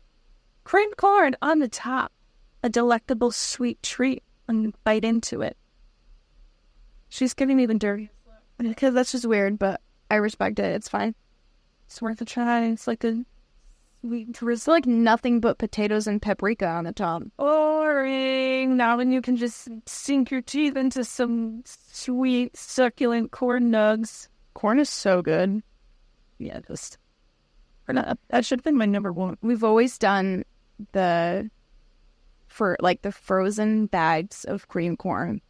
Speaker 1: Creamed corn on the top, a delectable sweet treat, and bite into it. She's giving me the dirty.
Speaker 2: Because that's just weird, but I respect it. It's fine.
Speaker 1: It's worth a try. It's like a sweet
Speaker 2: It's like nothing but potatoes and paprika on the top.
Speaker 1: boring. Now when you can just sink your teeth into some sweet, succulent corn nugs.
Speaker 2: Corn is so good.
Speaker 1: Yeah, just. Or not, that should have been my number one.
Speaker 2: We've always done the for like the frozen bags of cream corn.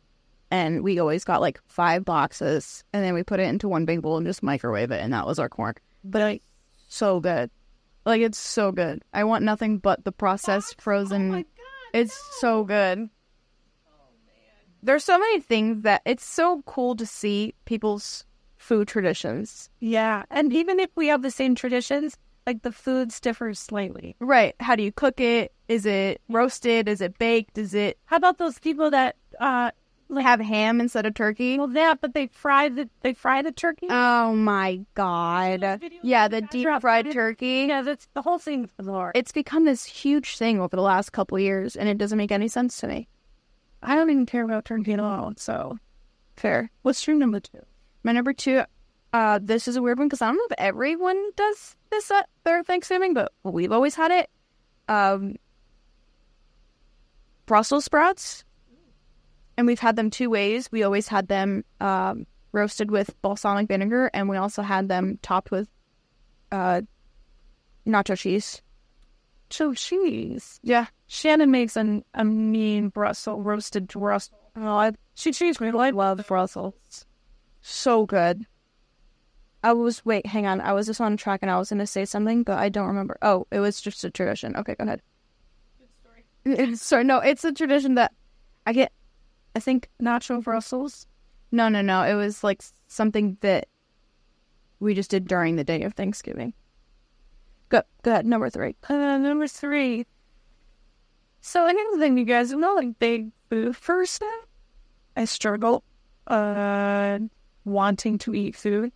Speaker 2: And we always got like five boxes and then we put it into one big bowl and just microwave it and that was our corn. But like so good. Like it's so good. I want nothing but the processed frozen
Speaker 1: Oh god!
Speaker 2: It's so good. There's so many things that it's so cool to see people's food traditions.
Speaker 1: Yeah, and even if we have the same traditions, like the foods differ slightly.
Speaker 2: Right. How do you cook it? Is it roasted? Is it baked? Is it
Speaker 1: How about those people that uh
Speaker 2: have ham instead of turkey?
Speaker 1: well that, but they fry the they fry the turkey?
Speaker 2: Oh my god.
Speaker 1: videos
Speaker 2: Yeah,
Speaker 1: of
Speaker 2: the
Speaker 1: guys
Speaker 2: deep
Speaker 1: are out
Speaker 2: fried
Speaker 1: there-
Speaker 2: turkey.
Speaker 1: yeah, that's the whole thing for the Lord.
Speaker 2: It's become this huge thing over the last couple years and it doesn't make any sense to me.
Speaker 1: I don't even care about turkey at all. So,
Speaker 2: Fair.
Speaker 1: what's your number two?
Speaker 2: My number two, uh, this is a weird one because I don't know if everyone does this at their Thanksgiving, but we've always had it. Um, Brussels sprouts, and we've had them two ways. We always had them um, roasted with balsamic vinegar, and we also had them topped with uh, nacho cheese.
Speaker 1: So cheese.
Speaker 2: Yeah,
Speaker 1: Shannon makes an, a mean Brussels roasted Brussels. Oh, I, she cheese me. I love Brussels.
Speaker 2: so good. I was wait, hang on. I was just on track, and I was going to say something, but I don't remember. Oh, it was just a tradition. Okay, go ahead. so no, it's a tradition that I get. I think
Speaker 1: Nacho Brussels.
Speaker 2: no, no, no. It was like something that we just did during the day of Thanksgiving. Go, go ahead. Number three.
Speaker 1: Uh, number three. So another thing, you guys, I'm not a big food person. I struggle uh, wanting to eat food.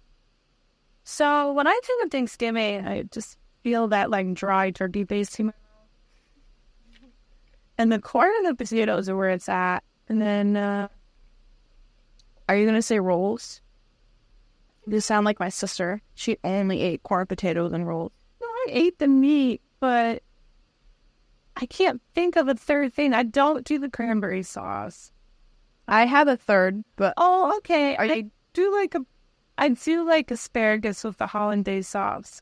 Speaker 1: So when I think of Thanksgiving, I just feel that like dry turkey basting. my mouth. And the corn and the potatoes are where it's at. And then uh,
Speaker 2: Are you gonna say rolls? You sound like my sister. She only ate corn, potatoes, and rolls.
Speaker 1: No, I ate the meat, but I can't think of a third thing. I don't do the cranberry sauce.
Speaker 2: I have a third, but
Speaker 1: Oh, okay.
Speaker 2: Are
Speaker 1: I
Speaker 2: you-
Speaker 1: do like a I do like asparagus with the hollandaise sauce.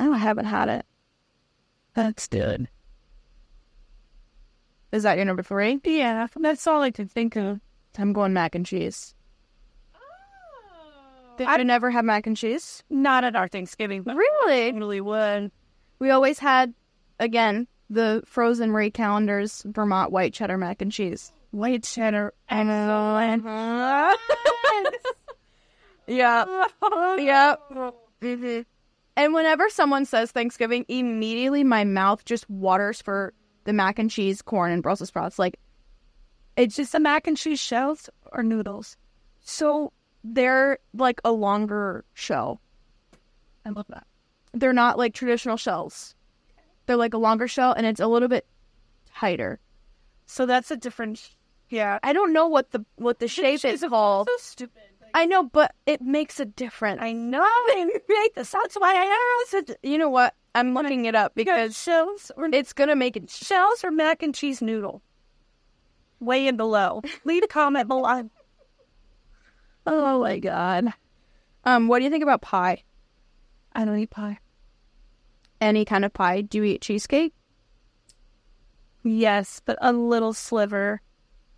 Speaker 2: oh, I haven't had it.
Speaker 1: That's good.
Speaker 2: Is that your number three?
Speaker 1: Yeah, that's all I could think of.
Speaker 2: I'm going mac and cheese.
Speaker 1: I
Speaker 2: I've never had mac and cheese.
Speaker 1: not at our Thanksgiving, but I
Speaker 2: Really?
Speaker 1: totally would.
Speaker 2: We always had, again, the frozen Marie Callender's Vermont white cheddar mac and cheese.
Speaker 1: White cheddar, excellent.
Speaker 2: yeah. Yep.
Speaker 1: Mm-hmm.
Speaker 2: And whenever someone says Thanksgiving, immediately my mouth just waters for the mac and cheese, corn, and Brussels sprouts. Like,
Speaker 1: It's just the mac and cheese shells or noodles.
Speaker 2: so they're like a longer shell.
Speaker 1: I love that.
Speaker 2: They're not like traditional shells. They're like a longer shell and it's a little bit tighter.
Speaker 1: So that's a different. Yeah,
Speaker 2: I don't know what the what the shape is called.
Speaker 1: So stupid.
Speaker 2: I know, but it makes a difference.
Speaker 1: I know. I hate this. That's why I asked.
Speaker 2: you know what? I'm looking it up
Speaker 1: Because
Speaker 2: because
Speaker 1: shells or
Speaker 2: it's gonna make it. sh-
Speaker 1: shells or mac and cheese noodle. Weigh in below. Leave a comment below.
Speaker 2: Oh my god. Um, what do you think about pie?
Speaker 1: I don't eat pie.
Speaker 2: Any kind of pie? Do you eat cheesecake?
Speaker 1: Yes, but a little sliver,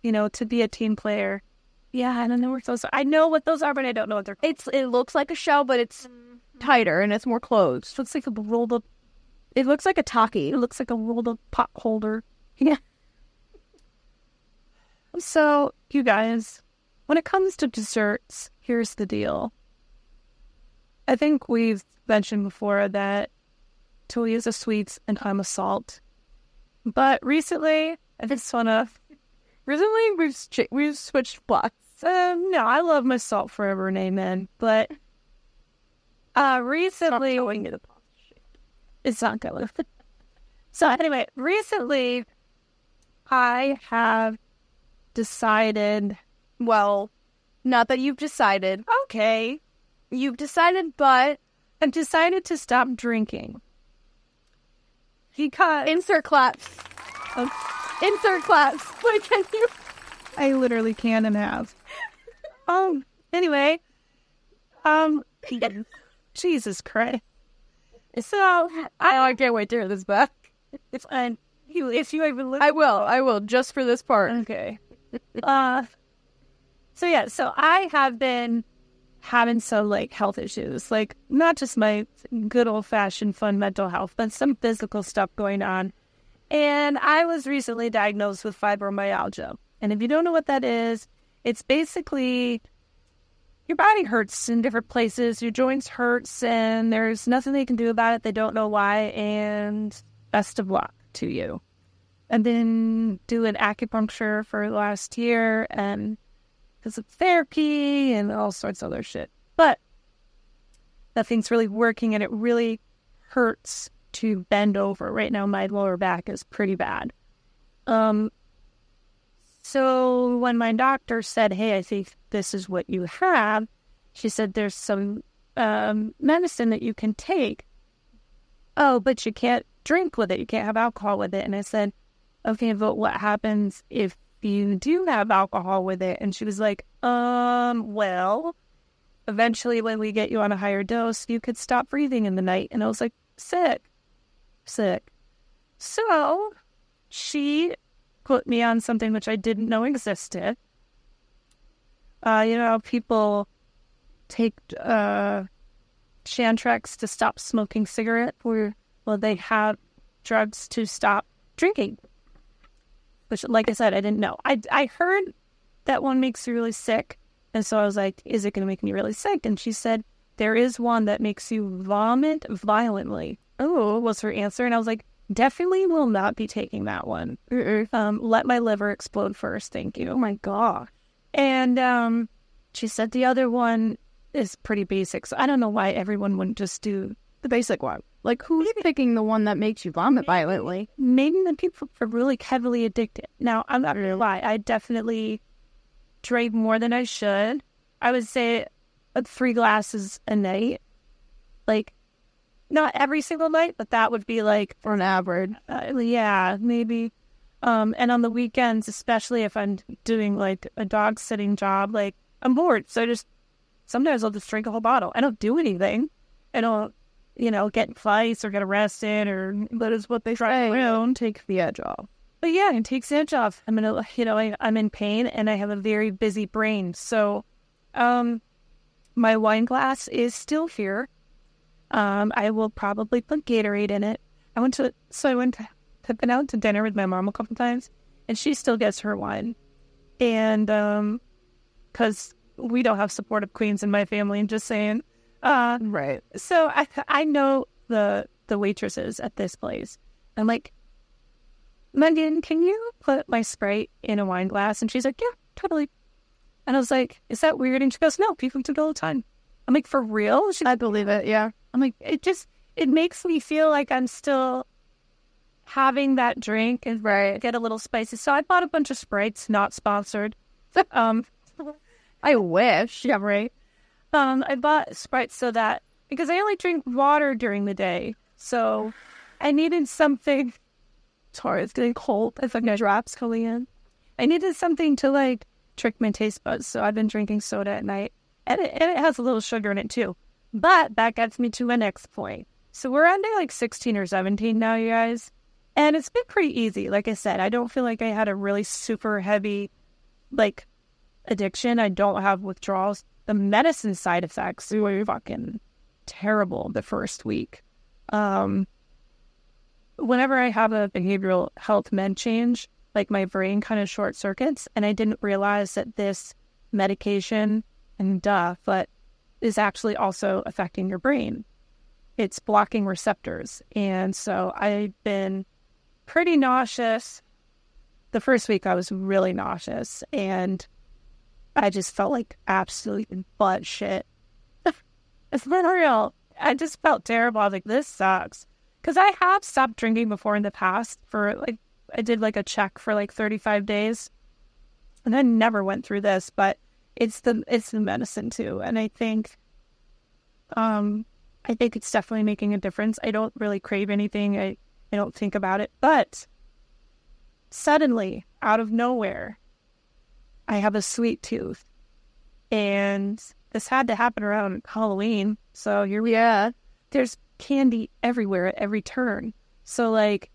Speaker 1: you know, to be a team player. Yeah, I don't know what those are. I know what those are, but I don't know what they're.
Speaker 2: It's it looks like a shell, but it's tighter and it's more closed.
Speaker 1: looks like a rolled up.
Speaker 2: It looks like a
Speaker 1: It
Speaker 2: taki.
Speaker 1: looks like a rolled up pot holder.
Speaker 2: Yeah.
Speaker 1: So you guys, when it comes to desserts, here's the deal. I think we've mentioned before that Tulia's a sweets and I'm a salt. But recently, I just want to
Speaker 2: Recently, we've ch- we've switched blocks.
Speaker 1: Um, no, I love my salt forever and amen. But uh recently it's not going. so anyway, recently I have decided well,
Speaker 2: Not that you've decided.
Speaker 1: okay,
Speaker 2: You've decided, but
Speaker 1: I've decided to stop drinking. Because
Speaker 2: insert claps.
Speaker 1: Um,
Speaker 2: Insert claps. Wait, can you?
Speaker 1: I literally can and have. um. Anyway. Um. Jesus Christ. So I
Speaker 2: I can't wait to hear this back.
Speaker 1: if I if you even look
Speaker 2: I will. I will just for this part.
Speaker 1: okay. uh. So yeah. So I have been having some like health issues, like not just my good old fashioned fun mental health, but some physical stuff going on. And I was recently diagnosed with fibromyalgia. And if you don't know what that is, it's basically your body hurts in different places, your joints hurts, and there's nothing they can do about it. They don't know why. And best of luck to you. I've been doing acupuncture for the last year and physical therapy and all sorts of other shit. But nothing's really working and it really hurts to bend over. Right now, my lower back is pretty bad. Um, so when my doctor said, "Hey, I think this is what you have," she said, "There's some um, medicine that you can take." Oh, but you can't drink with it. You can't have alcohol with it. And I said, "Okay, but what happens if you do have alcohol with it?" And she was like, "Um, well, eventually when we get you on a higher dose, you could stop breathing in the night." And I was like, "Sick, sick." So she put me on something which I didn't know existed. Uh, you know, people take uh, Chantrex to stop smoking cigarette, or well, they have drugs to stop drinking. Which, like I said, I didn't know. I I heard that one makes you really sick, and so I was like, "Is it going to make me really sick?" And she said, "There is one that makes you vomit violently." Oh, was her answer, and I was like, "Definitely will not be taking that one."
Speaker 2: Mm-mm.
Speaker 1: um, let my liver explode first, thank you.
Speaker 2: Oh my god.
Speaker 1: And um, she said the other one is pretty basic. So I don't know why everyone wouldn't just do the basic one.
Speaker 2: Like who's picking the one that makes you vomit violently?
Speaker 1: Maybe the people are really heavily addicted. Now, I'm not going
Speaker 2: Mm.
Speaker 1: to lie. I definitely drank more than I should. I would say uh, three glasses a night. Like, not every single night, but that would be like
Speaker 2: Or an average.
Speaker 1: uh, yeah, maybe. Um, and on the weekends, especially if I'm doing like a dog sitting job, like I'm bored, so I just sometimes I'll just drink a whole bottle. I don't do anything. I don't, you know, get in fights or get arrested or that is what they try
Speaker 2: say.
Speaker 1: around.
Speaker 2: Take the edge off.
Speaker 1: But yeah, it takes edge off. I'm gonna, you know, I, I'm in pain and I have a very busy brain, so um, my wine glass is still here. Um, I will probably put Gatorade in it. I went to so I went to, have been out to dinner with my mom a couple times, and she still gets her wine, and um, because we don't have supportive queens in my family, I'm just saying. Uh,
Speaker 2: Right.
Speaker 1: so I I know the the waitresses at this place. I'm like, Megan, can you put my sprite in a wine glass? And she's like, Yeah, totally. And I was like, Is that weird? And she goes, No, people do it all the time. I'm like, For real? She's
Speaker 2: I believe it, yeah.
Speaker 1: I'm like, it just it makes me feel like I'm still having that drink and
Speaker 2: Right.
Speaker 1: get a little spicy. So I bought a bunch of sprites, not sponsored. Um,
Speaker 2: I wish.
Speaker 1: yeah, right. Um, I bought Sprite so that because I only drink water during the day, so I needed something. Sorry, it's getting cold. I think my drops coming in. I needed something to like trick my taste buds, so I've been drinking soda at night, and it, and it has a little sugar in it too. But that gets me to my next point. So we're on day like sixteen or seventeen now, you guys, and it's been pretty easy. Like I said, I don't feel like I had a really super heavy, like addiction. I don't have withdrawals. The medicine side effects were fucking terrible the first week. Um, whenever I have a behavioral health med change, like my brain kind of short circuits, and I didn't realize that this medication and duh, but is actually also affecting your brain. It's blocking receptors. And so I've been pretty nauseous. The first week I was really nauseous and I just felt like absolute butt shit. it's been real. I just felt terrible. I was like, this sucks. Because I have stopped drinking before in the past for like, I did like a check for like 35 days and I never went through this, but it's the, it's the medicine too. And I think, um, I think it's definitely making a difference. I don't really crave anything. I, I don't think about it, but suddenly out of nowhere, I have a sweet tooth. And this had to happen around Halloween. So here we
Speaker 2: Yeah.
Speaker 1: there's candy everywhere at every turn. So like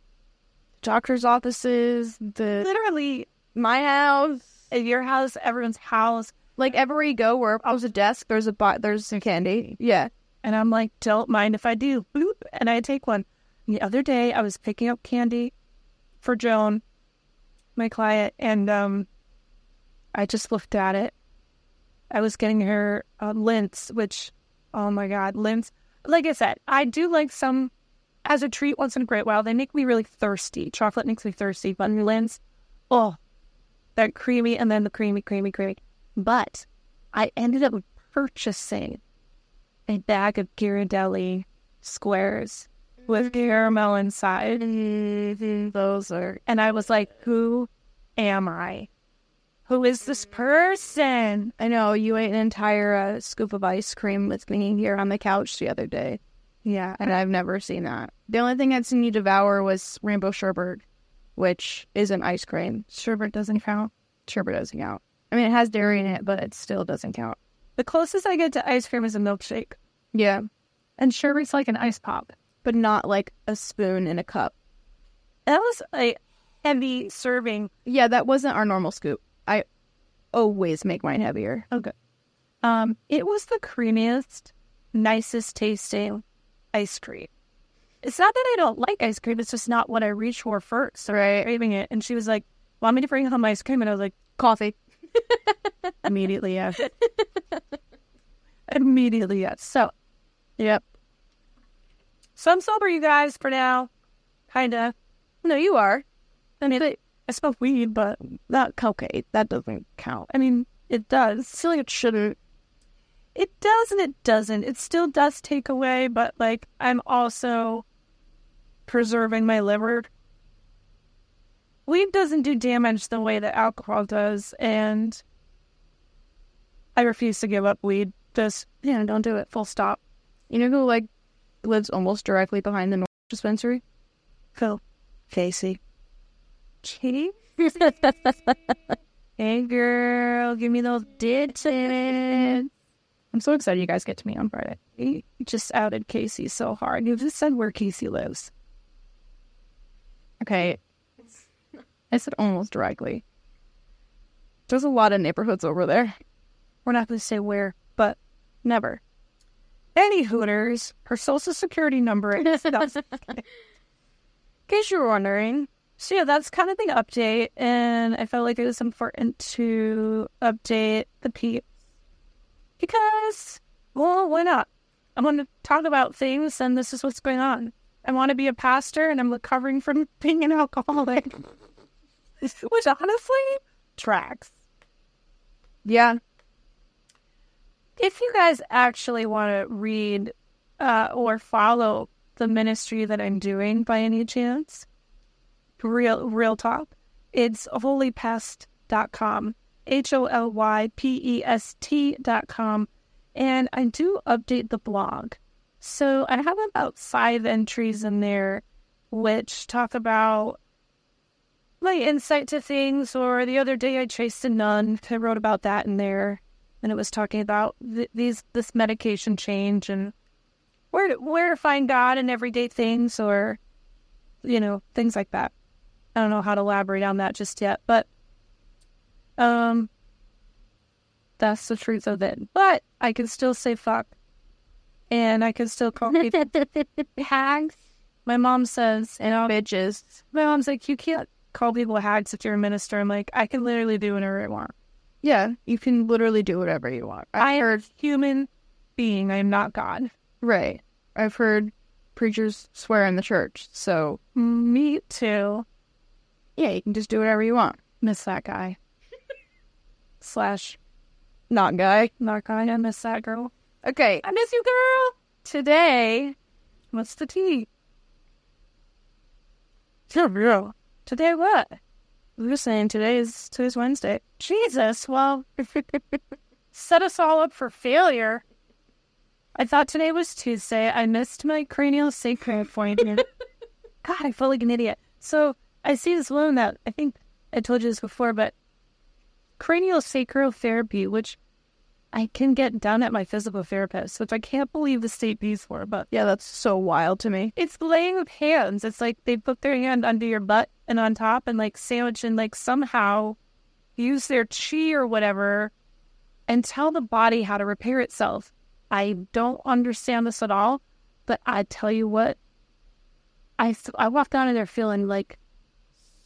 Speaker 2: Doctor's offices, the
Speaker 1: literally
Speaker 2: my house,
Speaker 1: at your house, everyone's house,
Speaker 2: like everywhere you go, where oh, there's a desk, there's a bo- there's some candy. Yeah.
Speaker 1: And I'm like, don't mind if I do. Boop. And I take one. And the other day, I was picking up candy for Joan, my client, and um, I just looked at it. I was getting her uh, Lints, which, oh my God, Lints. Like I said, I do like some as a treat once in a great while. They make me really thirsty. Chocolate makes me thirsty, but Lints, oh, they're creamy and then the creamy, creamy, creamy. But I ended up purchasing a bag of Ghirardelli squares with caramel inside. Mm-hmm.
Speaker 2: Those are
Speaker 1: And I was like, who am I? Who is this person?
Speaker 2: I know you ate an entire uh, scoop of ice cream with me here on the couch the other day,
Speaker 1: Yeah.
Speaker 2: and I've never seen that. The only thing I'd seen you devour was rainbow sherbet, which isn't ice cream.
Speaker 1: Sherbet doesn't count.
Speaker 2: Sherbet doesn't count. I mean, it has dairy in it, but it still doesn't count.
Speaker 1: The closest I get to ice cream is a milkshake.
Speaker 2: Yeah,
Speaker 1: And sherbet's like an ice pop.
Speaker 2: but not like a spoon in a cup.
Speaker 1: That was a heavy serving.
Speaker 2: Yeah, that wasn't our normal scoop. I always make mine heavier.
Speaker 1: Okay. Um, it was the creamiest, nicest tasting ice cream. It's not that I don't like ice cream, it's just not what I reached for first. So
Speaker 2: Right.
Speaker 1: craving it. And she was like, Want me to bring home ice cream? And I was like,
Speaker 2: Coffee.
Speaker 1: Immediately, yes. Immediately, yes. So,
Speaker 2: Yep.
Speaker 1: so I'm sober, you guys, for now. Kinda.
Speaker 2: No, you are.
Speaker 1: I mean, I, I smoke weed, but
Speaker 2: That okay. That doesn't count.
Speaker 1: I mean, it does.
Speaker 2: I feel like it shouldn't.
Speaker 1: It does and it doesn't. It still does take away, but like, I'm also preserving my liver. Weed doesn't do damage the way that alcohol does, and I refuse to give up weed. Just
Speaker 2: Yeah, don't do it.
Speaker 1: full stop.
Speaker 2: You know who like lives almost directly behind the North dispensary?
Speaker 1: Phil.
Speaker 2: Casey.
Speaker 1: Kitty? Hey, girl, give me those ditches.
Speaker 2: I'm so excited you guys get to meet on Friday.
Speaker 1: You just outed Casey so hard. You just said where Casey lives.
Speaker 2: Okay. I said almost directly. There's a lot of neighborhoods over there.
Speaker 1: We're not going to say where, but never. Any Hooters, her social security number. is- No. In case you were wondering. So, yeah, that's kind of the update. And I felt like it was important to update the peeps because, well, why not? I want to talk about things, and this is what's going on. I want to be a pastor, and I'm recovering from being an alcoholic, which honestly tracks.
Speaker 2: Yeah.
Speaker 1: if you guys actually want to read uh, or follow the ministry that I'm doing by any chance, real real talk, it's holypest.com, H O L Y P E S T.com. And I do update the blog. So I have about five entries in there which talk about my insight to things. Or the other day I chased a nun. I wrote about that in there and it was talking about th- these this medication change and where to, where to find God in everyday things or you know things like that. I don't know how to elaborate on that just yet, but um, that's the truth of it. But I can still say fuck and I could still call people hags. My mom says, and I'll,
Speaker 2: Bitches.
Speaker 1: my mom's like, you can't call people hags if you're a minister. I'm like, I can literally do whatever I want.
Speaker 2: Yeah, you can literally do whatever you want. I've
Speaker 1: I am
Speaker 2: heard
Speaker 1: a human being. I am not God.
Speaker 2: right. I've heard preachers swear in the church, so
Speaker 1: Me too.
Speaker 2: yeah, you can just do whatever you want.
Speaker 1: Miss that guy. Slash
Speaker 2: Not guy.
Speaker 1: not guy. I miss that girl.
Speaker 2: Okay,
Speaker 1: I miss you, girl. Today, what's the tea? Today what? We were saying today is today's Wednesday. Jesus, well, set us all up for failure. I thought today was Tuesday. I missed my cranial sacral appointment. God, I feel like an idiot. So I see this woman that I think I told you this before, but cranial sacral therapy, which I can get done at my physical therapist, which I can't believe the state pays for, but
Speaker 2: yeah, that's so wild to me.
Speaker 1: it's laying of hands. It's like they put their hand under your butt and on top and like sandwich and like somehow use their chi or whatever and tell the body how to repair itself. I don't understand this at all, but I tell you what, I, s- I walked out of there feeling like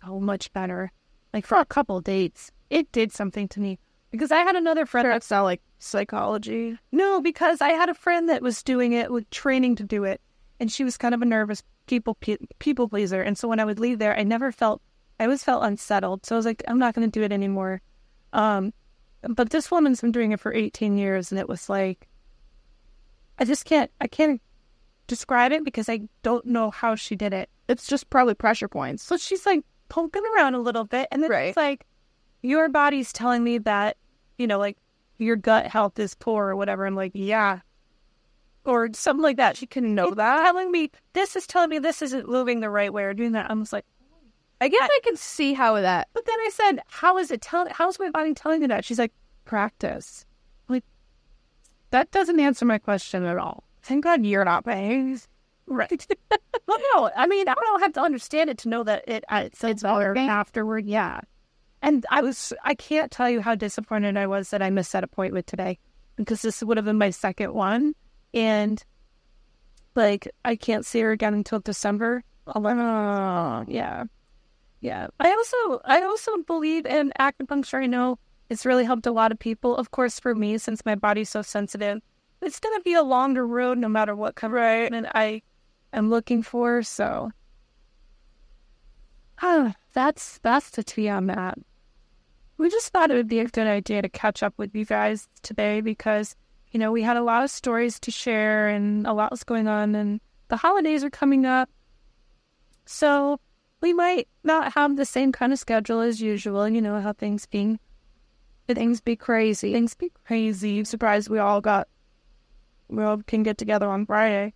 Speaker 1: so much better. Like for a couple dates, it did something to me because I had another friend.
Speaker 2: That's not like psychology.
Speaker 1: No, because I had a friend that was doing it with training to do it, and she was kind of a nervous people pe- people pleaser. And so when I would leave there, I never felt I always felt unsettled. So I was like, I'm not going to do it anymore. Um, but this woman's been doing it for 18 years, and it was like, I just can't I can't describe it because I don't know how she did it.
Speaker 2: It's just probably pressure points.
Speaker 1: So she's like poking around a little bit, and then
Speaker 2: Right.
Speaker 1: it's like your body's telling me that you know, like your gut health is poor or whatever. I'm like, yeah, or something like that. She
Speaker 2: She can know
Speaker 1: it's
Speaker 2: that.
Speaker 1: telling me this is telling me this isn't moving the right way or doing that. I'm just like,
Speaker 2: I guess I can see how that.
Speaker 1: but then I said, how is it telling? How is my body telling me that? She's like, practice. I'm like, that doesn't answer my question at all.
Speaker 2: Thank God you're not paying.
Speaker 1: Right. well, no, I mean, I don't have to understand it to know that it uh, it's, it's better
Speaker 2: working?
Speaker 1: afterward. Yeah. And I was, I can't tell you how disappointed I was that I missed that appointment today because this would have been my second one. And like, I can't see her again until December 11th. Oh, Yeah. Yeah. I also, I also believe in acupuncture. I know it's really helped a lot of people. Of course, for me, since my body's so sensitive, it's going to be a longer road no matter what kind of treatment I am looking for. So Huh, that's that's the tea on that. We just thought it would be a good idea to catch up with you guys today because, you know, we had a lot of stories to share and a lot was going on and the holidays are coming up. So we might not have the same kind of schedule as usual, you know, how things being things be crazy. Things be crazy. Surprised we all got we all can get together on Friday.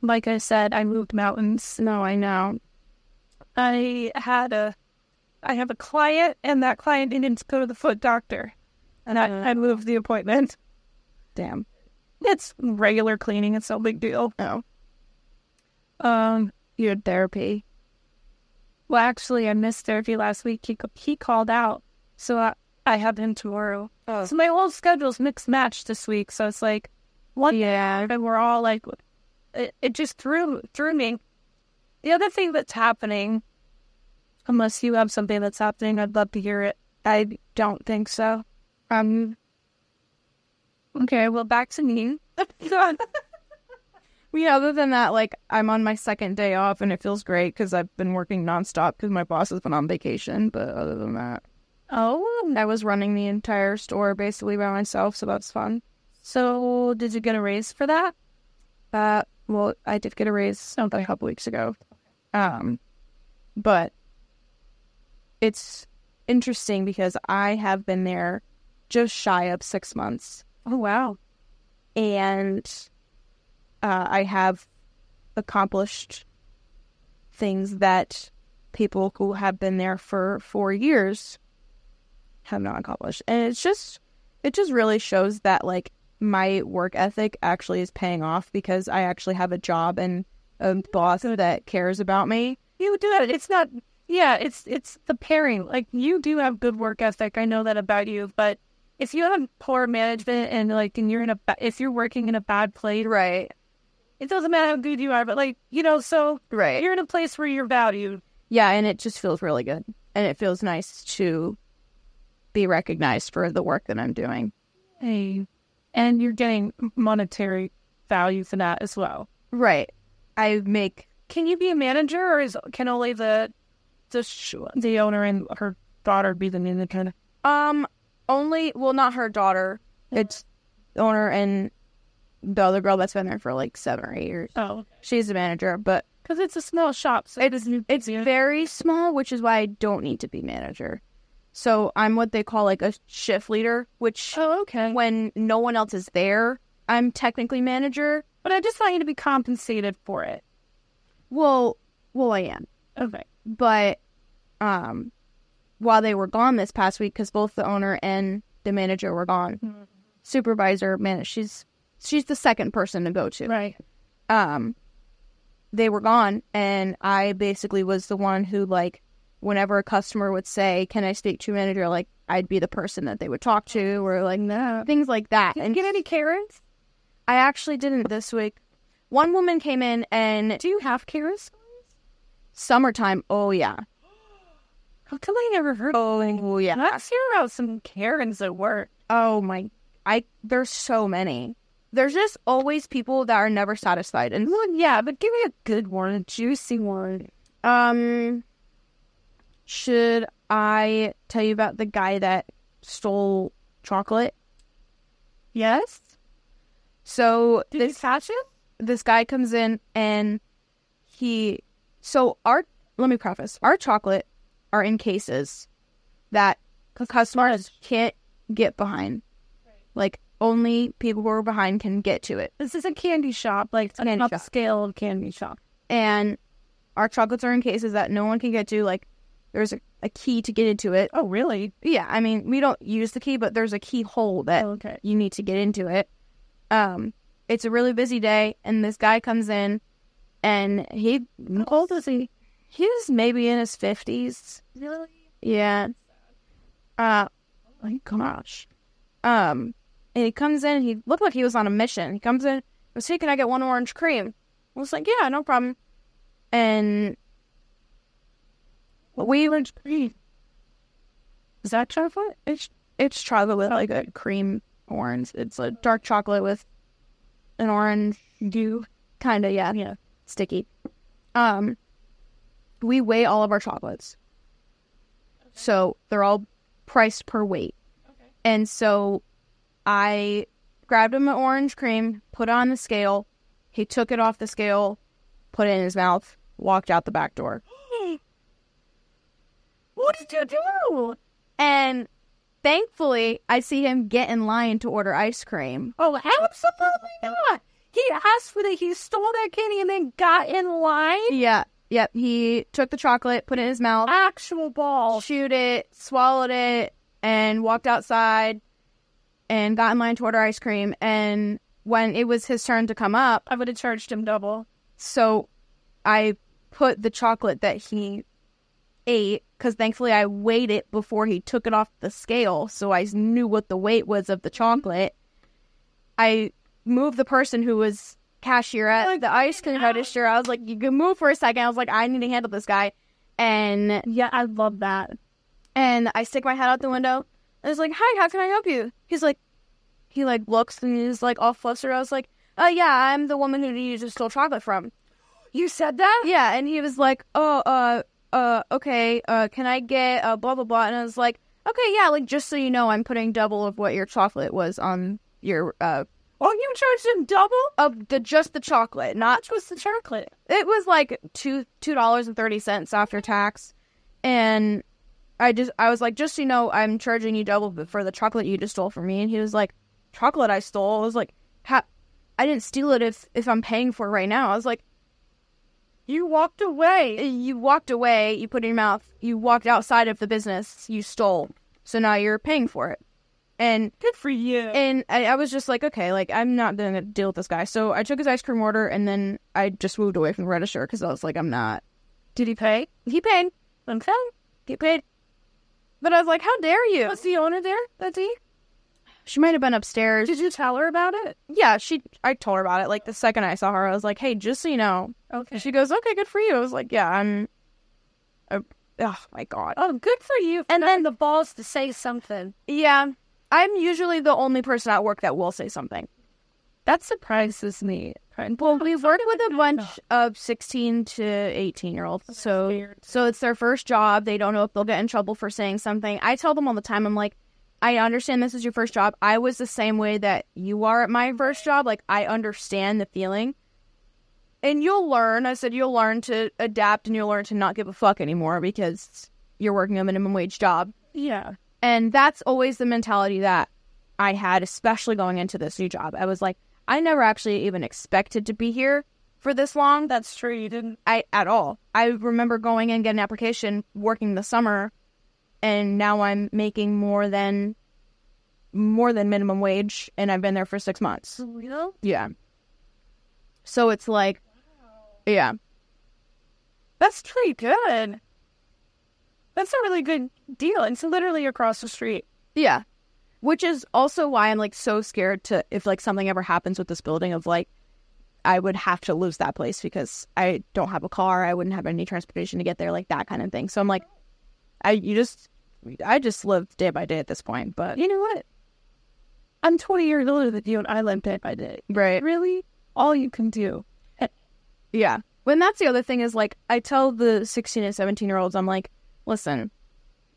Speaker 1: Like I said, I moved mountains.
Speaker 2: No, I know.
Speaker 1: I had a I have a client and that client didn't go to the foot doctor. And I, I moved the appointment.
Speaker 2: Damn.
Speaker 1: It's regular cleaning, it's no big deal.
Speaker 2: Oh,
Speaker 1: Um
Speaker 2: you had therapy.
Speaker 1: well actually I missed therapy last week. He ca- he called out. So I I have him tomorrow.
Speaker 2: Oh.
Speaker 1: So my whole schedule's mixed match this week. So it's like one
Speaker 2: Yeah.
Speaker 1: and we're all like it, it just threw threw me the other thing that's happening unless you have something that's happening i'd love to hear it i don't think so
Speaker 2: Um.
Speaker 1: okay well back to me
Speaker 2: Yeah. Other than that, like I'm on my second day off, and it feels great because I've been working nonstop because my boss has been on vacation. But other than that,
Speaker 1: oh
Speaker 2: I was running the entire store basically by myself, so that's fun.
Speaker 1: so did you get a raise for that
Speaker 2: Uh, well, I did get a raise a couple weeks ago. Um, but it's interesting because I have been there just shy of six months,
Speaker 1: oh wow
Speaker 2: and uh, I have accomplished things that people who have been there for four years have not accomplished. And it's just, it just really shows that like my work ethic actually is paying off because I actually have a job and a boss that cares about me.
Speaker 1: you do it it's not yeah it's it's the pairing like you do have good work ethic i know that about you but if you have poor management and like, and you're in a ba- if you're working in a bad place,
Speaker 2: Right.
Speaker 1: it doesn't matter how good you are, but like you know, so
Speaker 2: Right.
Speaker 1: you're in a place where you're valued.
Speaker 2: Yeah, and it just feels really good. And it feels nice to be recognized for the work that I'm doing.
Speaker 1: Hey, and you're getting monetary value for that as well.
Speaker 2: Right. I make
Speaker 1: Can you be a manager, or is can only the the sh- the owner and her daughter be the manager?
Speaker 2: um only well not her daughter. It's the owner and the other girl that's been there for like seven or eight years.
Speaker 1: Oh,
Speaker 2: She's the manager, but
Speaker 1: because it's a small shop, so
Speaker 2: It's- it's very small, which is why I don't need to be manager. So I'm what they call like a shift leader, which
Speaker 1: oh okay.
Speaker 2: when no one else is there, I'm technically manager.
Speaker 1: But I just want you to be compensated for it.
Speaker 2: Well, well, I am.
Speaker 1: Okay.
Speaker 2: but um while they were gone this past week because both the owner and the manager were gone
Speaker 1: Mhm.
Speaker 2: supervisor man she's she's the second person to go to
Speaker 1: Right.
Speaker 2: um they were gone and i basically was the one who like whenever a customer would say can i speak to your manager like i'd be the person that they would talk to or like
Speaker 1: No.
Speaker 2: things like that
Speaker 1: Did
Speaker 2: and
Speaker 1: you get any carrots?
Speaker 2: i actually didn't this week one woman came in and
Speaker 1: Do you have carrots?
Speaker 2: summertime oh yeah
Speaker 1: How come I never heard?
Speaker 2: oh yeah
Speaker 1: And Let's hear about some Karens at work.
Speaker 2: Oh my! I there's so many. There's just always people that are never satisfied, and
Speaker 1: Well, yeah, but give me a good one, a juicy one.
Speaker 2: um, should I tell you about the guy that stole chocolate?
Speaker 1: Yes?
Speaker 2: So
Speaker 1: Did
Speaker 2: this
Speaker 1: you catch it?
Speaker 2: this guy comes in and he so our let me preface our chocolate are in cases that c- customers can't get behind, like only people who are behind can get to it.
Speaker 1: This is a candy shop, like an
Speaker 2: Candy shop.
Speaker 1: upscale candy shop.
Speaker 2: and our chocolates are in cases that no one can get to. Like, there's a, a key to get into it.
Speaker 1: Oh, really?
Speaker 2: Yeah, I mean, we don't use the key, but there's a keyhole that
Speaker 1: Oh, okay.
Speaker 2: you need to get into it. Um, it's a really busy day, and this guy comes in, and he
Speaker 1: How old is he?
Speaker 2: he's maybe in his fifties.
Speaker 1: Really?
Speaker 2: Yeah. Uh,
Speaker 1: My gosh.
Speaker 2: Um, and he comes in. He looked like he was on a mission. He comes in. Was hey, can I get one orange cream? I was like, yeah, no problem. And we were.
Speaker 1: Is that chocolate?
Speaker 2: It's it's chocolate with like a cream orange. It's a dark chocolate with an orange
Speaker 1: You.
Speaker 2: kind of yeah,
Speaker 1: Yeah.
Speaker 2: sticky. Um, we weigh all of our chocolates, so they're all priced per weight. And so, I grabbed him an orange cream, put it on the scale. He took it off the scale, put it in his mouth, walked out the back door.
Speaker 1: What did you do?
Speaker 2: And thankfully, I see him get in line to order ice cream.
Speaker 1: Oh, absolutely not. He asked for the, he stole that candy and then got in line.
Speaker 2: Yeah. Yep. He took the chocolate, put it in his mouth,
Speaker 1: Actual ball.
Speaker 2: chewed it, swallowed it, and walked outside and got in line to order ice cream. And when it was his turn to come up,
Speaker 1: I would have charged him double.
Speaker 2: so I put the chocolate that he ate because thankfully I weighed it before he took it off the scale. So I knew what the weight was of the chocolate. I moved the person who was cashier at
Speaker 1: Like,
Speaker 2: the ice cream register. I was like, you can move for a second. I was like, I need to handle this guy. And
Speaker 1: Yeah, I love that.
Speaker 2: and I stick my head out the window. I was like, "Hi, how can I help you?" He's like, he like looks and he's like all flustered. I was like, "Oh yeah, I'm the woman who you just stole chocolate from."
Speaker 1: You said that?
Speaker 2: Yeah, and he was like, "Oh, uh, uh, okay, uh, can I get uh, blah blah blah?" And I was like, "Okay, yeah, like just so you know, I'm putting double of what your chocolate was on your uh
Speaker 1: Oh, you charged him double?
Speaker 2: of the just the chocolate,
Speaker 1: How
Speaker 2: not
Speaker 1: much was the chocolate?
Speaker 2: it was like two two dollars and thirty cents after tax, and I just I was like, just so you know, I'm charging you double for the chocolate you just stole from me. And he was like, chocolate I stole. I was like, ha- I didn't steal it if if I'm paying for it right now. I was like,
Speaker 1: You walked away.
Speaker 2: you walked away, you put it in your mouth, you walked outside of the business you stole, so now you're paying for it. And
Speaker 1: Good for you.
Speaker 2: and I, I was just like, okay, like I'm not gonna deal with this guy. So I took his ice cream order, and then I just moved away from the register because I was like, I'm not.
Speaker 1: Did he pay?
Speaker 2: He paid.
Speaker 1: Okay.
Speaker 2: get paid. But I was like, how dare you?
Speaker 1: Was the owner there? That's he?
Speaker 2: She might have been upstairs.
Speaker 1: Did you tell her about it?
Speaker 2: Yeah, she. I told her about it. Like the second I saw her, I was like, "Hey, just so you know."
Speaker 1: Okay.
Speaker 2: And she goes, "Okay, good for you." I was like, "Yeah, I'm." Uh, oh my god.
Speaker 1: Oh, good for you.
Speaker 2: And then-
Speaker 1: the balls to say something.
Speaker 2: Yeah, I'm usually the only person at work that will say something.
Speaker 1: That surprises me.
Speaker 2: Well, we work with a bunch of 16 to 18 year olds, so So it's their first job. They don't know if they'll get in trouble for saying something. I tell them all the time, I'm like, I understand this is your first job. I was the same way that you are at my first job. Like, I understand the feeling. And you'll learn. I said, you'll learn to adapt and you'll learn to not give a fuck anymore because you're working a minimum wage job.
Speaker 1: yeah.
Speaker 2: And that's always the mentality that I had, especially going into this new job. I was like, I never actually even expected to be here for this long.
Speaker 1: That's true. You didn't.
Speaker 2: I at all. I remember going and getting an application, working the summer, and now I'm making more than more than minimum wage, and I've been there for six months.
Speaker 1: Real?
Speaker 2: Yeah. So it's like, yeah,
Speaker 1: That's pretty good. That's a really good deal. It's literally across the street.
Speaker 2: yeah, which is also why I'm like so scared to if like something ever happens with this building of like. I would have to lose that place because I don't have a car. I wouldn't have any transportation to get there, like that kind of thing. So I'm like, I you just, I just live day by day at this point. But
Speaker 1: You know what? I'm 20 years older than you, and I live day by day.
Speaker 2: Right.
Speaker 1: Really, all you can do.
Speaker 2: Yeah. When that's the other thing is like I tell the 16 and 17 year olds I'm like, "Listen.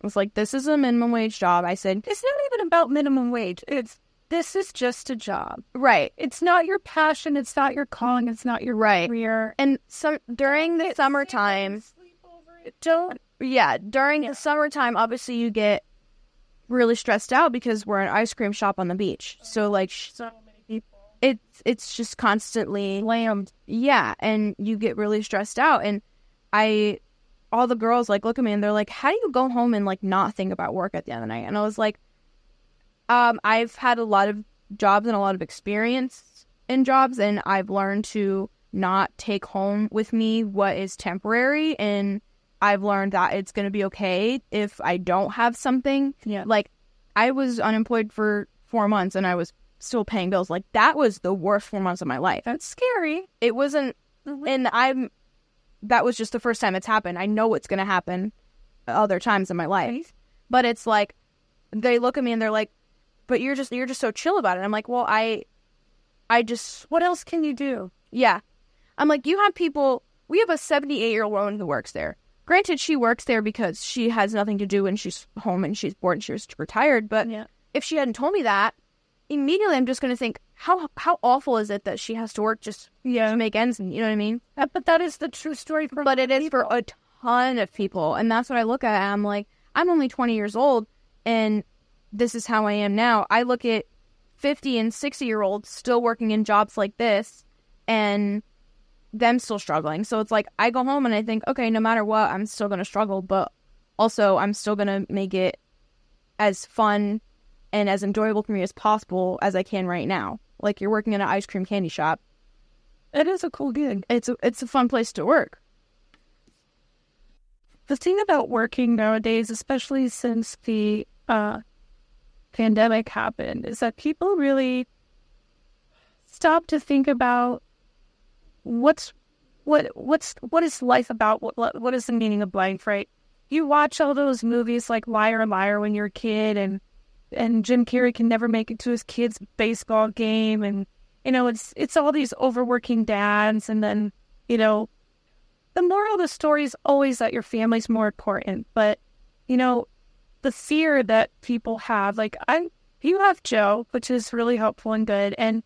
Speaker 2: It's like this is a minimum wage job." I said,
Speaker 1: It's not even about minimum wage. It's this is just a job.
Speaker 2: "Right.
Speaker 1: It's not your passion. It's not your calling. It's not your
Speaker 2: Right.
Speaker 1: career.
Speaker 2: And some during the
Speaker 1: It's-
Speaker 2: summertime,
Speaker 1: Don't
Speaker 2: yeah, during the summertime obviously you get really stressed out because we're an ice cream shop on the beach. So like sh-
Speaker 1: so many people
Speaker 2: it's it's just constantly
Speaker 1: slammed.
Speaker 2: Yeah, and you get really stressed out. And I, all the girls like look at me and they're like, "How do you go home and like not think about work at the end of the night?" And I was like, um, "I've had a lot of jobs and a lot of experience in jobs, and I've learned to not take home with me what is temporary, and I've learned that it's going to be okay if I don't have something
Speaker 1: Yeah.
Speaker 2: like I was unemployed for four months and I was still paying bills. Like that was the worst four months of my life.
Speaker 1: That's scary.
Speaker 2: It wasn't, and I'm. That was just the first time it's happened. I know it's going to happen other times in my life, but it's like they look at me and they're like, "But you're just you're just so chill about it." I'm like, "Well, I, I just
Speaker 1: What else can you do?
Speaker 2: yeah. I'm like, you have people. We have a 78 year old woman who works there. Granted, she works there because she has nothing to do and she's home and she's bored and she's retired. But
Speaker 1: Yeah.
Speaker 2: if she hadn't told me that, immediately I'm just going to think, how how awful is it that she has to work just to
Speaker 1: Yeah.
Speaker 2: make ends meet? You know what I mean?
Speaker 1: Uh, But that is the true story for
Speaker 2: But it is for a ton of people, and that's what I look at. I'm like, I'm only 20 years old, and this is how I am now. I look at 50 and 60 year olds still working in jobs like this, and them still struggling. So it's like I go home and I think, okay, no matter what, I'm still gonna struggle, but also I'm still gonna make it as fun and as enjoyable for me as possible as I can right now. Like you're working in an ice cream candy shop.
Speaker 1: It is a cool gig.
Speaker 2: It's a, it's a fun place to work.
Speaker 1: The thing about working nowadays, especially since the uh, pandemic happened, is that people really stop to think about what's what what's what is life about? What what- what is the meaning of life? Right? You watch all those movies like Liar Liar when you're a kid, and and Jim Carrey can never make it to his kid's baseball game, and you know it's it's all these overworking dads, and then you know the moral of the story is always that your family's more important. But, you know, the fear that people have, like I, you have Joe, which is really helpful and good. And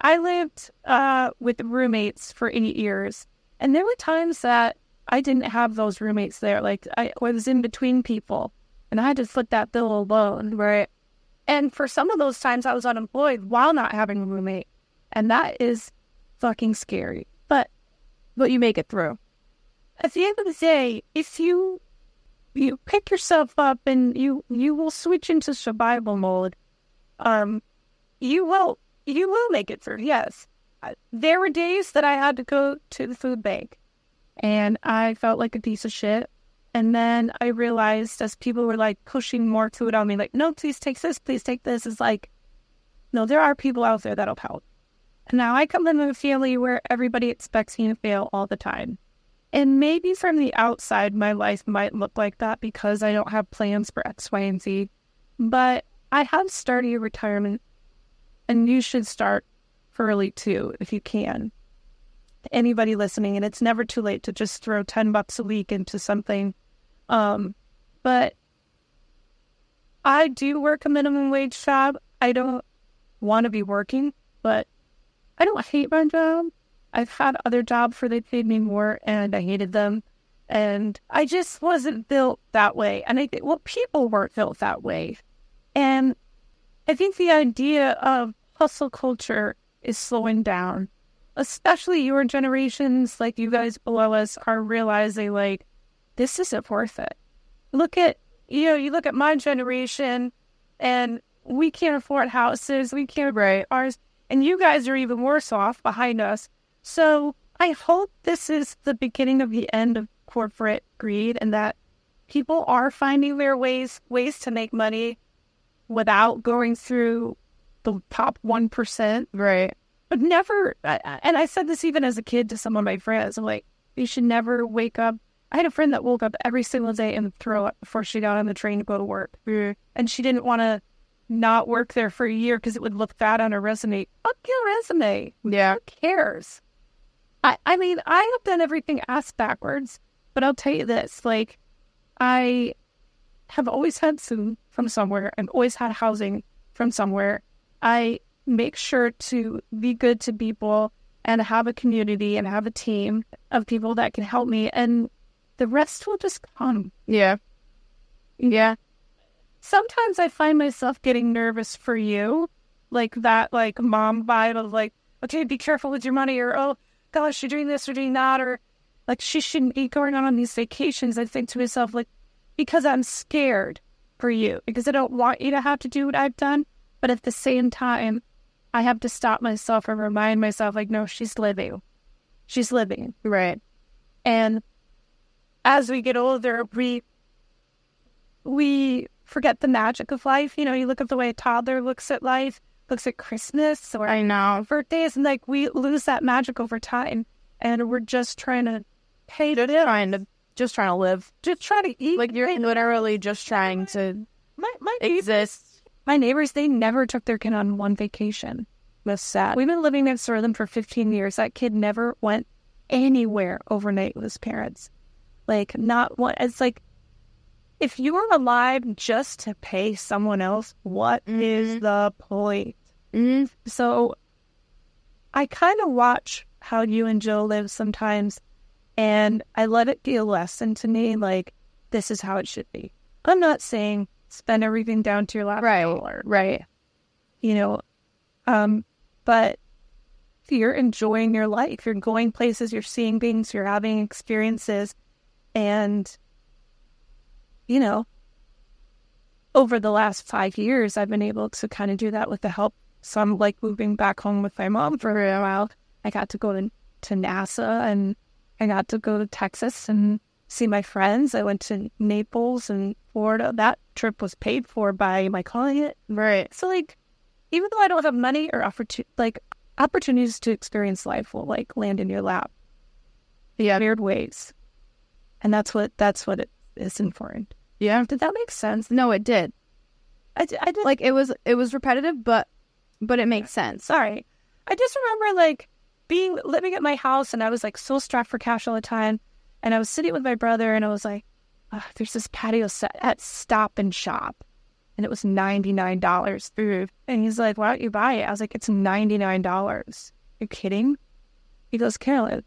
Speaker 1: I lived uh, with roommates for eight years, and there were times that I didn't have those roommates there. Like I was in between people, and I had to foot that bill alone.
Speaker 2: Right.
Speaker 1: And for some of those times, I was unemployed while not having a roommate, and that is fucking scary. But
Speaker 2: But you make it through.
Speaker 1: at the end of the day, if you you pick yourself up and you you will switch into survival mode, um, you will you will make it through. Yes, I- there were days that I had to go to the food bank, and I felt like a piece of shit. And then I realized as people were like pushing more food on me, like, no, please take this, please take this, it's like, no, there are people out there that'll help. And now I come from a family where everybody expects me to fail all the time. And maybe from the outside, my life might look like that because I don't have plans for X, Y, and Z. But I have started your retirement, and you should start early too, if you can. Anybody listening, and it's never too late to just throw 10 bucks a week into something. Um, but I do work a minimum wage job. I don't want to be working, but I don't hate my job. I've had other jobs where they paid me more and I hated them. And I just wasn't built that way. And I think, well, people weren't built that way. And I think the idea of hustle culture is slowing down, especially your generations, like you guys below us, are realizing, like, this isn't worth it. Look at, you know, you look at my generation and we can't afford houses, we can't
Speaker 2: Right.
Speaker 1: ours, and you guys are even worse off behind us. So I hope this is the beginning of the end of corporate greed and that people are finding their ways ways to make money without going through the top one percent
Speaker 2: Right.
Speaker 1: but never I- I- and i said this even as a kid to some of my friends i'm like you should never wake up i had a friend that woke up every single day and throw up before she got on the train to go to work
Speaker 2: Mm-hmm.
Speaker 1: and she didn't want to not work there for a year because it would look bad on her resume fuck your resume
Speaker 2: Yeah.
Speaker 1: who cares i i mean i have done everything ass backwards but i'll tell you this like i have always had food from somewhere i've always had housing from somewhere i make sure to be good to people and have a community and have a team of people that can help me and the rest will just come
Speaker 2: Yeah. Yeah.
Speaker 1: sometimes I find myself getting nervous for you, like that, like mom vibe of like, okay, be careful with your money, or oh gosh, you're doing this or doing that, or like she shouldn't be going on, on these vacations. I think to myself like, because I'm scared for you, because I don't want you to have to do what I've done, but at the same time, I have to stop myself and remind myself like, no, she's living, she's living,
Speaker 2: Right.
Speaker 1: and as we get older we we forget the magic of life you know you look at the way a toddler looks at life looks at christmas or
Speaker 2: I know.
Speaker 1: birthdays and like we lose that magic over time and we're just trying to pay to live
Speaker 2: Trying to just trying to live.
Speaker 1: just try to eat
Speaker 2: Like you're literally just trying to
Speaker 1: my, my,
Speaker 2: exist.
Speaker 1: my neighbors they never took their kid on one vacation
Speaker 2: That's sad.
Speaker 1: We've been living next door to them for 15 years. That kid never went anywhere overnight with his parents. Like, not one. It's like, if you are alive just to pay someone else, what is the point?
Speaker 2: Mm,
Speaker 1: So I kind of watch how you and Joe live sometimes, and I let it be a lesson to me. Like, this is how it should be. I'm not saying spend everything down to your last
Speaker 2: Right.
Speaker 1: dollar
Speaker 2: right.
Speaker 1: you know um but if you're enjoying your life you're going places you're seeing things you're having experiences and you know over the last five years i've been able to kind of do that with the help so i'm like moving back home with my mom for a while i got to go to, to nasa and i got to go to texas and see my friends i went to naples and florida that trip was paid for by my client
Speaker 2: Right.
Speaker 1: so like, even though I don't have money or opportu- like opportunities to experience life will like land in your lap
Speaker 2: Yeah.
Speaker 1: in weird ways, and that's what that's what it is important.
Speaker 2: Yeah.
Speaker 1: Did that make sense?
Speaker 2: No, it did.
Speaker 1: I, d- I did like
Speaker 2: Like it was it was repetitive, but but it makes sense.
Speaker 1: sorry. I just remember like being living at my house and I was like so strapped for cash all the time, and I was sitting with my brother and I was like, "Ugh, there's this patio set at Stop and Shop. And it was ninety nine dollars. And he's like, Why don't you buy it? I was like, It's ninety nine dollars. You're kidding? He goes, Carolyn,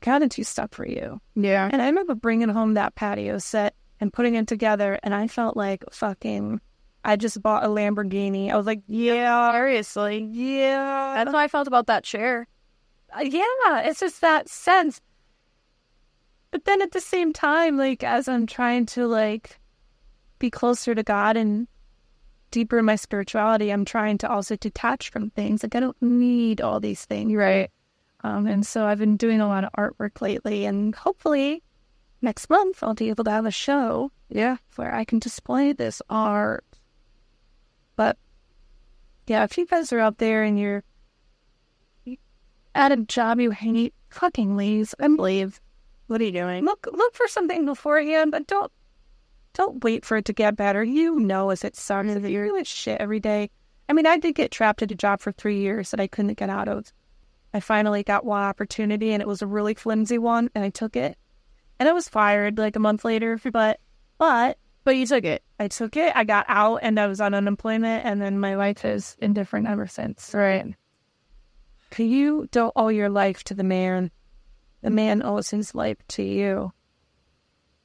Speaker 1: counted two stuff for you.
Speaker 2: Yeah.
Speaker 1: And I remember bringing home that patio set and putting it together, and I felt like fucking. I just bought a Lamborghini. I was like, yeah, seriously, yeah,
Speaker 2: That's how I felt about that chair.
Speaker 1: Uh, yeah. It's just that sense. But then at the same time, like as I'm trying to like be closer to God and deeper in my spirituality, I'm trying to also detach from things. Like I don't need all these things.
Speaker 2: Right.
Speaker 1: Um, and so I've been doing a lot of artwork lately, and hopefully next month I'll be able to have a show
Speaker 2: Yeah.
Speaker 1: where I can display this art. But Yeah, if you guys are out there and you're at a job you hate, fucking leave. And
Speaker 2: Leave. What are you doing?
Speaker 1: look look for something beforehand, but don't don't wait for it to get better. You know as it sucks. If you're doing shit every day. I mean, I did get trapped at a job for three years that I couldn't get out of. I finally got one opportunity and it was a really flimsy one and I took it. And I was fired like a month later, but but
Speaker 2: But you took it.
Speaker 1: I took it. I got out and I was on unemployment, and then my life is indifferent ever since.
Speaker 2: Right.
Speaker 1: Can You don't owe your life to the man. The man owes his life to you.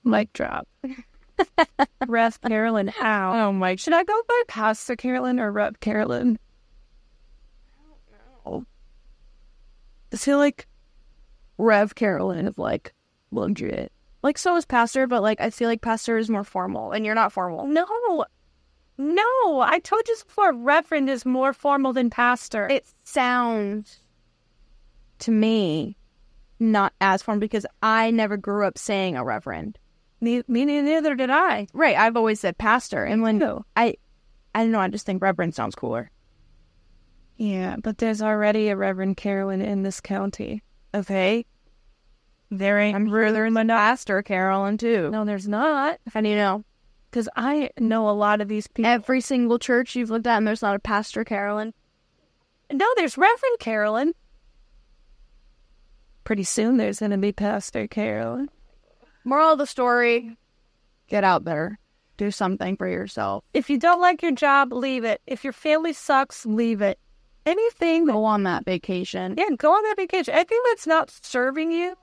Speaker 1: Mic drop. Ref Carolyn out. Oh my! Should I go by Pastor Carolyn or Rep Carolyn? Oh, I feel like
Speaker 2: Rev Carolyn is like legit. Like so is Pastor, but like I feel like Pastor is more formal, and you're not formal.
Speaker 1: no, no. I told you before. Reverend is more formal than pastor.
Speaker 2: It sounds to me not as formal because I never grew up saying a reverend.
Speaker 1: Ne- me neither did I.
Speaker 2: Right, I've always said pastor, and when
Speaker 1: No.
Speaker 2: I, I don't know, I just think reverend sounds cooler.
Speaker 1: Yeah, but there's already a Reverend Carolyn in this county.
Speaker 2: Okay,
Speaker 1: There ain't.
Speaker 2: I'm sure there's a pastor Carolyn too.
Speaker 1: no, there's not.
Speaker 2: How do you know?
Speaker 1: Because I know a lot of these people.
Speaker 2: Every single church you've looked at, and there's not a pastor Carolyn.
Speaker 1: no, there's Reverend Carolyn. Pretty soon there's going to be Pastor Carolyn.
Speaker 2: Moral of the story: Get out there, do something for yourself.
Speaker 1: If you don't like your job, leave it. If your family sucks, leave it. Anything.
Speaker 2: Go on that vacation.
Speaker 1: Yeah, go on that vacation. Anything that's not serving you,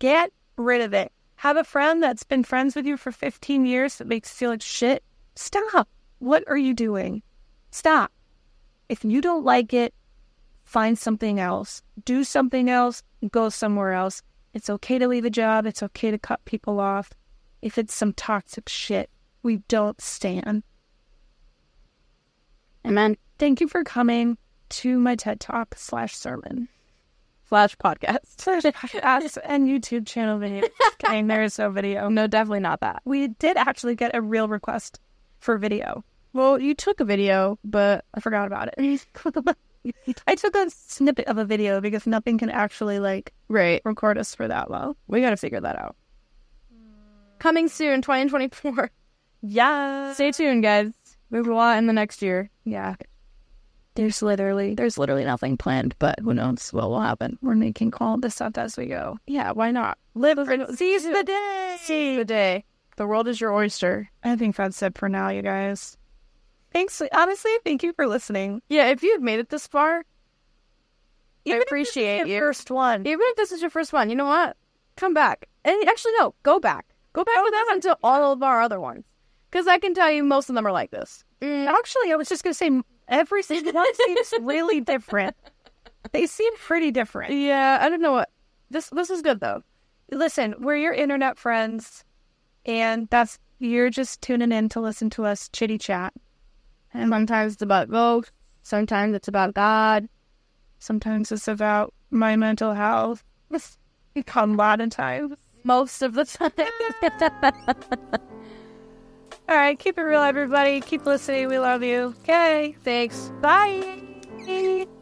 Speaker 1: get rid of it. Have a friend that's been friends with you for 15 years that makes you feel like shit. Stop. What are you doing? Stop. If you don't like it, find something else. Do something else. Go somewhere else. It's okay to leave a job. It's okay to cut people off. If it's some toxic shit, we don't stand.
Speaker 2: Amen.
Speaker 1: Thank you for coming to my TED Talk slash sermon.
Speaker 2: Flash podcast.
Speaker 1: Slash podcast and YouTube channel video. Just kidding, there is no video.
Speaker 2: No, definitely not that.
Speaker 1: We did actually get a real request for video.
Speaker 2: Well, you took a video, but
Speaker 1: I forgot about it. I took a snippet of a video because nothing can actually like
Speaker 2: right.
Speaker 1: record us for that long.
Speaker 2: We got to figure that out. Coming soon, 2024.
Speaker 1: Yeah.
Speaker 2: Stay tuned, guys. We have a lot in the next year.
Speaker 1: Yeah. There's literally
Speaker 2: There's literally nothing planned, but who knows what will happen.
Speaker 1: we're making call this up as we go.
Speaker 2: Yeah, why not?
Speaker 1: Live for seize the day.
Speaker 2: Seize the day. The world is your oyster.
Speaker 1: I think that's it for now, you guys. Thanks honestly, thank you for listening.
Speaker 2: Yeah, if you've made it this far,
Speaker 1: Even if this is
Speaker 2: appreciate
Speaker 1: your
Speaker 2: you.
Speaker 1: First one.
Speaker 2: even if this is your first one, you know what? Come back. And actually, no, go back. Go back with us until all of our other ones. Because I can tell you most of them are like this. Mm,
Speaker 1: Actually, I was just going to say every single one seems really different. They seem pretty different.
Speaker 2: yeah, I don't know what. This this is good, though.
Speaker 1: Listen, we're your internet friends, and that's you're just tuning in to listen to us chitty chat.
Speaker 2: And sometimes it's about ghosts. Sometimes it's about God.
Speaker 1: Sometimes it's about my mental health. A lot of times.
Speaker 2: Most of the time.
Speaker 1: All right, keep it real, everybody. Keep listening. We love you. Okay,
Speaker 2: Thanks.
Speaker 1: bye.